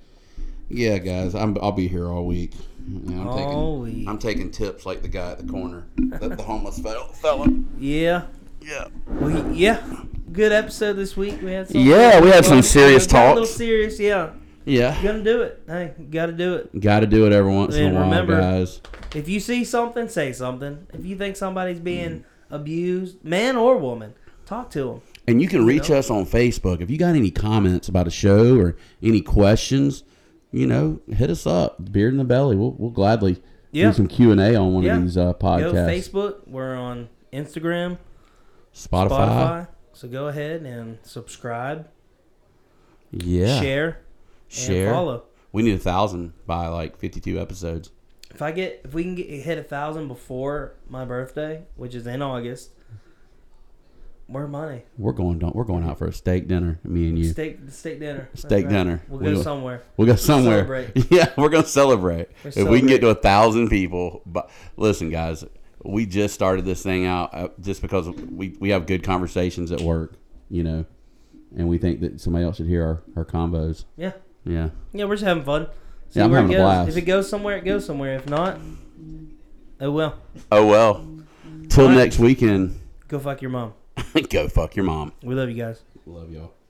A: Yeah, guys, I'm, I'll be here all week. Yeah, I'm
B: All
A: taking,
B: week.
A: I'm taking tips like the guy at the corner, the, the homeless fella. fella.
B: Yeah.
A: Yeah.
B: We, yeah, good episode this week. We had some
A: Yeah, we had some serious
B: We got A little
A: talks.
B: serious, yeah.
A: Yeah.
B: Gonna do it. Hey, gotta do it.
A: Got to do it every once in
B: And
A: a while,
B: remember-
A: guys.
B: If you see something, say something. If you think somebody's
A: Mm.
B: being abused, man or woman, talk to them.
A: And you can reach
B: know?
A: us on Facebook. If you got any comments about a show or any questions, you know, hit us up. Beard in the belly. We'll, we'll gladly
B: Yeah.
A: do some Q and A on one
B: Yeah.
A: of these uh,
B: Go
A: podcasts.
B: Facebook. We're on Instagram,
A: Spotify.
B: Spotify. So go ahead and subscribe,
A: Yeah.
B: share,
A: Share.
B: and follow.
A: We need a thousand by like fifty-two episodes.
B: If I get, if we can get hit a thousand before my birthday, which is in August, we're money.
A: We're going down. We're going out for a steak dinner. Me and you.
B: Steak, steak dinner. That's
A: Steak dinner.
B: We'll
A: We
B: go
A: will.
B: somewhere.
A: We'll go somewhere.
B: Celebrate.
A: Yeah, we're gonna celebrate.
B: We're
A: if we can get to a thousand people, but listen, guys, we just started this thing out uh, just because we we have good conversations at work, you know, and we think that somebody else should hear our our combos.
B: Yeah.
A: Yeah,
B: Yeah, we're just having fun. See
A: Yeah, I'm
B: where
A: having
B: it
A: a
B: goes.
A: blast.
B: If it goes somewhere, it goes somewhere. If not, oh well.
A: Oh well. Till
B: All right.
A: next weekend,
B: Go fuck your mom.
A: go fuck your mom.
B: We love you guys.
A: Love y'all.